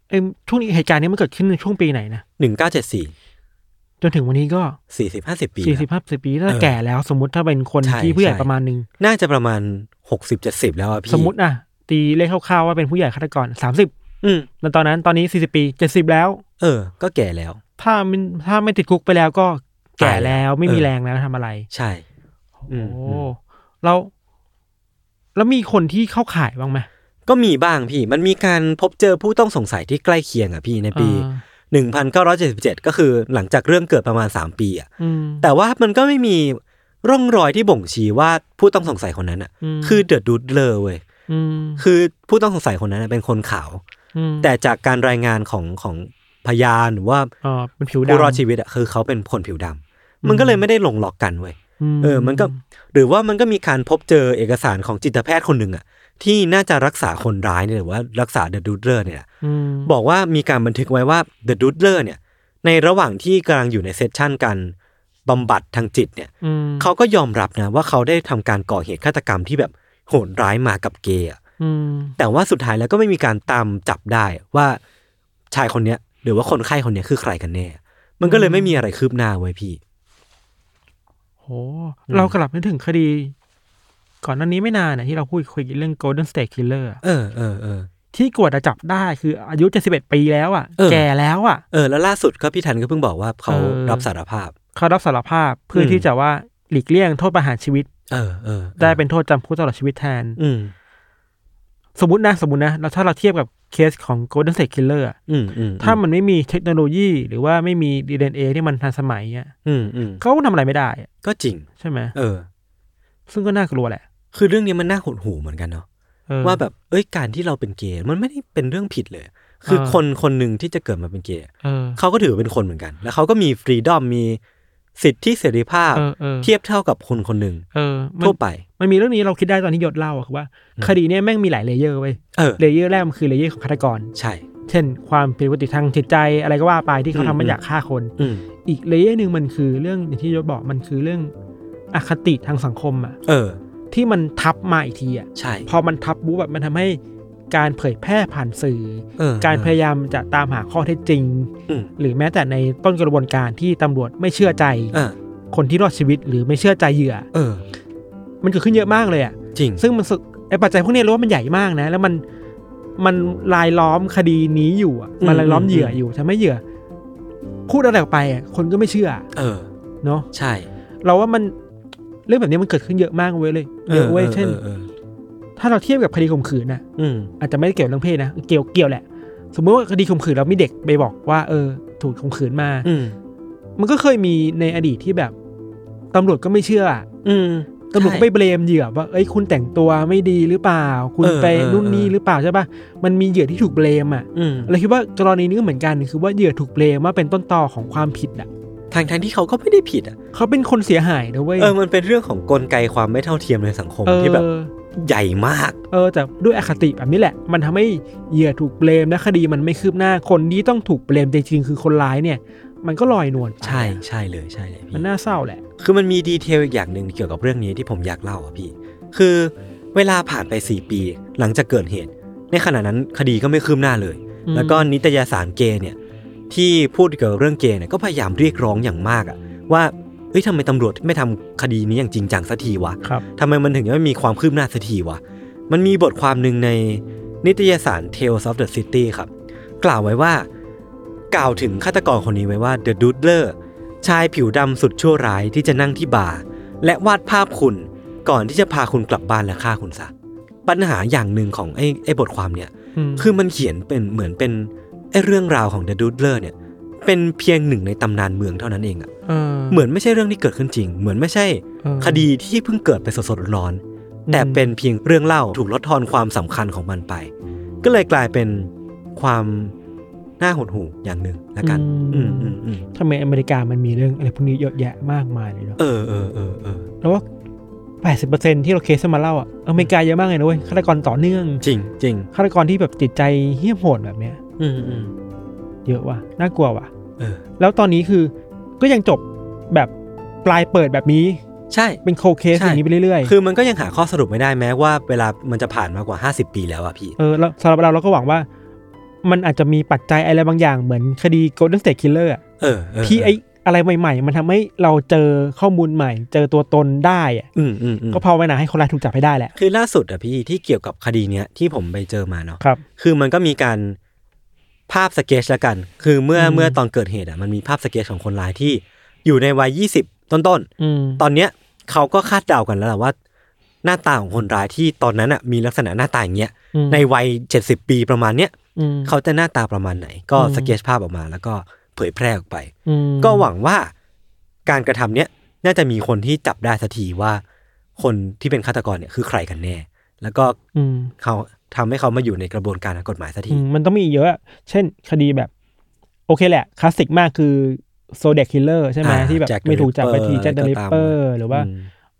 S3: เอมช่วงนี้เหตุการณ์นี้มันเกิดขึ้นในช่วงปีไหนนะ
S2: 1974
S3: จนถึงวันนี้ก็
S2: 40 50 ปี
S3: สี่
S2: นะ
S3: สิบห้าสิบปีน่า
S2: เออ
S3: แก่แล้วสมมติถ้าเป็นคน
S2: ใช่
S3: ที่ผู้ใหญ่
S2: ใช่
S3: ประมาณหนึง
S2: น่าจะประมาณ 60 70 แล้วอะพี่
S3: สมมติอ่ะ ตีเลขคร่าวๆว่าเป็นผู้ใหญ่ฆาตกรสามสิบ
S2: อืม
S3: แล้วตอนนั้นตอนนี้สี่สิบปีเจ็ดสิบแล้ว
S2: เออ ก็แก่แล้ว
S3: ถ้ามันถ้าไม่ติดคุกไปแล้วก็แก่
S2: ตายแล้
S3: แล้ว วไม่มี
S2: เออ
S3: แรงแล้วทำอะไร
S2: ใช่ อื
S3: โอ้
S2: มอืม
S3: แล้วแล้วมีคนที่เข้าข่ายบ้างไหม
S2: ก็มีบ้างพี่ มันมีการพบเจอผู้ต้องสงสัยที่ใกล้เคียงอะพี่ในปี
S3: อ่า
S2: 1977 ก็คือหลังจากเรื่องเกิดประมาณ 3 ปีอะ
S3: อืม
S2: แต่ว่ามันก็ไม่มีร่องรอยที่บ่งชี้ว่าผู้ต้องสงสัยคนนั้นอ่ะ
S3: อืม
S2: คือเดอะดูดเลอร์เว้ย
S3: อืม
S2: คือผู้ต้องสงสัยคนนั้นน่ะเป็นคนขาว
S3: อืม
S2: แต่จากการรายงานของของพยานหรือว่า
S3: อ่าเป็นผิวดำ
S2: ผู้รอดชีวิตอ่ะคือเขาเป็นคนผิวดำมันก็เลยไม่ได้ลงล็อกกันเว้ย
S3: ม
S2: เออ มันก็หรือว่ามันก็มีการพบเจอเอกสารของจิตแพทย์คนหนึ่งอ่ะ ที่น่าจะรักษาคนร้ายเนี่ยหรือว่ารักษาเดอะดูดเลอร์เนี่ยนะ
S3: อืม
S2: บอกว่ามีการบันทึกไว้ว่า The Doodler เนี่ย ในระหว่างที่กำลังอยู่ในเซสชั่นการบำบัดทางจิตเนี่ย
S3: อืม
S2: เขาก็ยอมรับนะว่าเขาได้ทำการก่อเหตุฆาตกรรมที่แบบโหดร้ายมากับเกย์อะ
S3: อืม
S2: แต่ว่าสุดท้ายแล้วก็ไม่มีการตามจับได้ว่าชายคนเนี้ย หรือว่าคนไข้คนเนี้ยคือใครกันแน่ มันก็เลยไม่มีอะไรคืบหน้าไว้ยพี่
S3: โหเรากลับไปถึงคดี ก่อนหน้านี้ไม่นานนะที่เราพูดคุยกันเรื่อง Golden State Killer อะ
S2: เออเออเออ
S3: ที่กวดจะจับได้คืออายุ71ปีแล้วอ่ะ
S2: เออ
S3: แก่แล้วอ่ะ
S2: เออแล้วล่าสุดก็พี่ทันก็เพิ่งบอกว่าเขา
S3: เออ
S2: รับสารภาพ
S3: เขารับสารภาพเพื่ออ
S2: ม
S3: ที่จะว่าหลีกเลี่ยงโทษประหารชีวิต
S2: เออเออออ
S3: ได้เป็นโทษจำคุกตลอดชีวิตแทน
S2: อืม
S3: สมมตินะสมมตินะแล้วถ้าเราเทียบกับเคสของ Golden State Killer อะ
S2: อืมอืม
S3: ถ้ามันไม่มีเทคโนโลยี หรือว่าไม่มี DNA ที่มันทันสมัยอ่ะ
S2: อืมอืม
S3: เขาทำอะไรไม่ได้อะ
S2: ก็จริง
S3: ใช่ไหม
S2: เออ
S3: ซึ่งก็น่ากลัวแหละ
S2: คือเรื่องนี้มันน่าหดหู่เหมือนกันเนาะ
S3: เออ
S2: ว่าแบบเอ้ยการที่เราเป็นเกย์มันไม่ได้เป็นเรื่องผิดเลย คือ
S3: เออ
S2: คนคนหนึ่งที่จะเกิดมาเป็นเกย์
S3: เออ
S2: เขาก็ถือเป็นคนเหมือนกัน แล้วเขาก็มีฟรีดอมมีสิทธิเสรีภาพ
S3: เออเออ
S2: เทียบเท่ากับคนคนหนึ่ง
S3: เออมัน
S2: ทั่วไป
S3: มันมีเรื่องนี้เราคิดได้ตอนที่ยศเล่าอะคือว่า คดีเนี้ยแม่งมีหลายเลเยอร์เว้ย
S2: เออ
S3: เลเยอร์แรกมันคือเลเยอร์ของฆาตกร
S2: ใช่
S3: เช่น ความผิดปกติทางจิตใจอะไรก็ว่าไปที่เขา
S2: อืม
S3: ทำมาจากฆ่าคน
S2: อืม
S3: อีกเลเยอร์หนึ่งมันคือเรื่องอย่างที่ยศบอกมันคือเรื่องอคติทางสังคมอะ
S2: เออ
S3: ที่มันทับมาอีกทีอะ
S2: ใช่
S3: พอมันทับบู๊แบบมันทำให้การเผยแพร่ผ่านสื่อ
S2: เออ
S3: การพยายามจะตามหาข้อเท็จจริง
S2: อืม
S3: หรือแม้แต่ในต้นกระบวนการที่ตำรวจไม่เชื่อใจ
S2: เออ
S3: คนที่รอดชีวิตหรือไม่เชื่อใจเหยื่อ
S2: เออ
S3: มันเกิดขึ้นเยอะมากเลยอ่ะ
S2: จริง
S3: ซึ่งมันสึกไอ้ปัจจัยพวกเนี้ยรู้ว่ามันใหญ่มากนะ แล้วมันมันลายล้อมคดีนี้อยู่อะมันลายล้อม
S2: อืม
S3: เหยื่ออยู่ทำให้เหยื่อพูดอะไรออกไปอะคนก็ไม่เชื่อ
S2: เออ
S3: เนาะ
S2: ใช่
S3: เราว่ามันเรื่องแบบนี้มันเกิดขึ้นเยอะมากเว้ยเลยเยอะเว้ยเช่น
S2: ออออ
S3: ถ้าเราเทียบกับคดีข่มขืนน่ะ
S2: อืม
S3: อาจจะไม่ได้เกี่ยวเรื่องเพศนะ เกี่ยวเกี่ยวแหละ สมมติว่าคดีข่มขืนเรามีเด็กไปบอกว่าเออ ถูกข่มขืนมา
S2: อืม
S3: มันก็เคยมีในอดีตที่แบบตำรวจก็ไม่เชื่ออะ
S2: อืม
S3: ตำรวจก็ไปเบลมเหยื่อว่าเอ้ยคุณแต่งตัวไม่ดีหรือเปล่า คุณ
S2: เออ
S3: ไป
S2: เออ
S3: นู่นนี่
S2: เออ
S3: หรือเปล่าใช่ปะมันมีเหยื่อที่ถูกเบลมอ่ะ
S2: อืม
S3: เราคิดว่ากรณีนี้ก็เหมือนกันคือว่าเหยื่อถูกเบลมว่าเป็นต้นตอของความผิดอ่ะ
S2: ทางทางที่เขาก็ไม่ได้ผิดอ่ะ
S3: เขาเป็นคนเสียหายนะเว้ย
S2: เออ มันเป็นเรื่องของกลไกความไม่เท่าเทียมในสังคม
S3: เออ
S2: ที่แบบใหญ่มาก
S3: เออแต่ด้วยอคติแบบนี้แหละ มันทำให้เหยื่อถูกเบลมและคดีมันไม่คืบหน้าคนที่ต้องถูกเบลมจริงๆคือคนร้ายเนี่ย มันก็ลอยนวลไป
S2: ใช่ใช่เลยใช่เลยพี่
S3: มันน่าเศร้าแหละ
S2: คือมันมีดีเทลอีกอย่างหนึ่งเกี่ยวกับเรื่องนี้ที่ผมอยากเล่าอ่ะพี่ คือเวลาผ่านไป 4 ปีหลังจากเกิดเหตุ ในขณะนั้นคดีก็ไม่คืบหน้าเลย
S3: อืม
S2: แล้วก็นิตยสารเกย์เนี่ยที่พูดเกี่ยวกับเรื่องเกย์เนี่ยก็พยายามเรียกร้องอย่างมากอ่ะว่าเฮ้ยทำไมตำรวจไม่ทำคดีนี้อย่างจริงจังสักทีวะ
S3: ครับ
S2: ทำไมมันถึงยังไม่มีความคืบหน้าสักทีวะ มันมีบทความหนึ่งในนิตยสาร Tales of the City ครับ กล่าวไว้ว่า กล่าวถึงฆาตกรคนนี้ไว้ว่า The Doodler ชายผิวดำสุดชั่วร้ายที่จะนั่งที่บาร์และวาดภาพคุณก่อนที่จะพาคุณกลับบ้านและฆ่าคุณซะ ปัญหาอย่างหนึ่งของไอ้ไอ้บทความเนี่ย คือมันเขียนเป็นเหมือนเป็นไอ้เรื่องราวของ The Doodler เนี่ย เป็นเพียงหนึ่งในตำนานเมืองเท่านั้นเองอะเหมือนไม่ใช่เรื่องที่เกิดขึ้นจริง เหมือนไม่ใช่ คดีที่เพิ่งเกิดไปสดๆร้อนๆแต่เป็นเพียงเรื่องเล่าถูกลดทอนความสำคัญของมันไป ก็เลยกลายเป็นความน่าหดหู่อย่างหนึ่งละกัน
S3: อื
S2: อื
S3: ม
S2: มอืมอืม
S3: ทำไมอเมริกามันมีเรื่องอะไรพวกนี้เยอะแยะมากมายเลยเนาะ
S2: เออเออเออเออ
S3: แล้วว่าแปดสิบเปอร์เซ็นที่เราเคสมาเล่าอ่ะอเมริกาเยอะมากเลยนะเว้ยฆาตกรต่อเนื่อง
S2: จริงจริง
S3: ฆาตกรที่แบบจิตใจเหี้ยมโหดแบบเนี้ย
S2: อืมอืม
S3: เยอะว่ะน่ากลัวว่ะ
S2: เออ
S3: แล้วตอนนี้คือก็ยังจบแบบปลายเปิดแบบนี้
S2: ใช่
S3: เป็นโคเคส
S2: ใช่
S3: อย่างนี้ไปเรื่อยๆ
S2: คือมันก็ยังหาข้อสรุปไม่ได้แม้ว่าเวลามันจะผ่านมากกว่า 50 ปีแล้วอะพี่
S3: เออแล้วสำหรับเราเราก็หวังว่า มันอาจจะมีปัจจัยอะไรบางอย่างเหมือนคดี Golden State Killer อะ
S2: เออเ
S3: ที่ไออะไรใหม่ ๆ มันทำให้เราเจอข้อมูลใหม่ เจอตัวตนได้อะ
S2: อืมอืมอืม
S3: ก็ภาวนาให้คนร้ายถูกจับให้ได้แหละ
S2: คือล่าสุดอะพี่ที่เกี่ยวกับคดีเนี้ยที่ผมไปเจอมาเนาะ
S3: ครับ
S2: คือมันก็มีการภาพสเกจละกัน คือเมื่อ
S3: อืม
S2: เมื่อตอนเกิดเหตุอ่ะมันมีภาพสเกจของคนร้ายที่อยู่ในวัย 20 ต้น
S3: อืม
S2: ๆ ตอนเนี้ยเขาก็คาดเดากันแล้วแหละว่า หน้าตาของคนร้ายที่ตอนนั้นอ่ะมีลักษณะหน้าตาอย่างเงี้ย
S3: อืม
S2: ในวัย 70 ปีประมาณเนี้ย
S3: อืม
S2: เขาจะหน้าตาประมาณไหน ก็
S3: อืม
S2: สเกจภาพออกมาแล้วก็เผยแพร่ออกไป
S3: อืม
S2: ก็หวังว่าการกระทำเนี้ยน่าจะมีคนที่จับได้สักทีว่า คนที่เป็นฆาตกรเนี่ยคือใครกันแน่ แล้วก็
S3: อืม
S2: เขาทำให้เขามาอยู่ในกระบวนการทางกฎหมายสักที
S3: อืมมันต้องมีอีกเยอะ เช่นคดีแบบ โอเคแหละคลาสสิกมากคือโซเด c คิลเลอร์ใช่ไหม
S2: อ่า
S3: ที่แบบ
S2: Jack the
S3: ไม่ถูกจับไปที
S2: Ripper
S3: แจ็คเดอะริปเปอ
S2: อะไรก็ตามมา
S3: ร์หรือว่า
S2: ม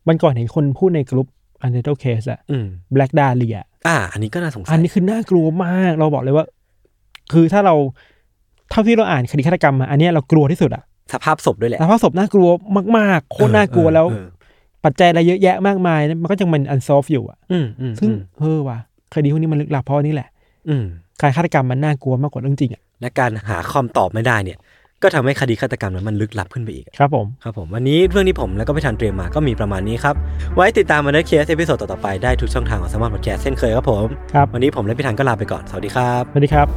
S3: วันก่อนเห็นคนพูดในกลุ่ม u n t i t l e d Case อะ
S2: อืม
S3: Black Dahlia
S2: อ่า อันนี้ก็น่าสงสั
S3: อั
S2: ย
S3: นนี้คือน่ากลัวมาก เราบอกเลยว่า คือถ้าเราเท่าที่เราอ่านคดีฆาตกรรมมาอันเนี้ยเรากลัวที่สุดอะ
S2: สภาพศพด้วยแหละ
S3: สภาพศพน่ากลัวมากๆโคตรน่ากลัวแล้ว
S2: เออ
S3: ปัจจัยอะไรเยอะแยะมากมายมันก็ยังมัน unsolved อยู่อะ
S2: เอออืมอืม
S3: ซึ่งเออว่ะคดีพวกนี้มันลึกลับเพราะอันนี่แหละ
S2: อืม
S3: การฆาตกรรมมันน่ากลัวมากกว่าเรื่องจริงอะ
S2: และการหาคำตอบไม่ได้เนี่ย ก็ทำให้คดีฆาตกรรมนั้นมันลึกลับขึ้นไปอีก
S3: ครับผม
S2: ครับผม วันนี้เรื่องที่ผมแล้วก็พี่ทันเตรียมมาก็มีประมาณนี้ครับ ไว้ติดตามมาในเคสเอพิโซดต่อๆไปได้ทุกช่องทางของสมาร์ทพอดแคสเช่นเคยครับผม
S3: ครับ
S2: วันนี้ผมและพี่ทันก็ลาไปก่อน สวัสดีครับ
S3: สวัสดีครับ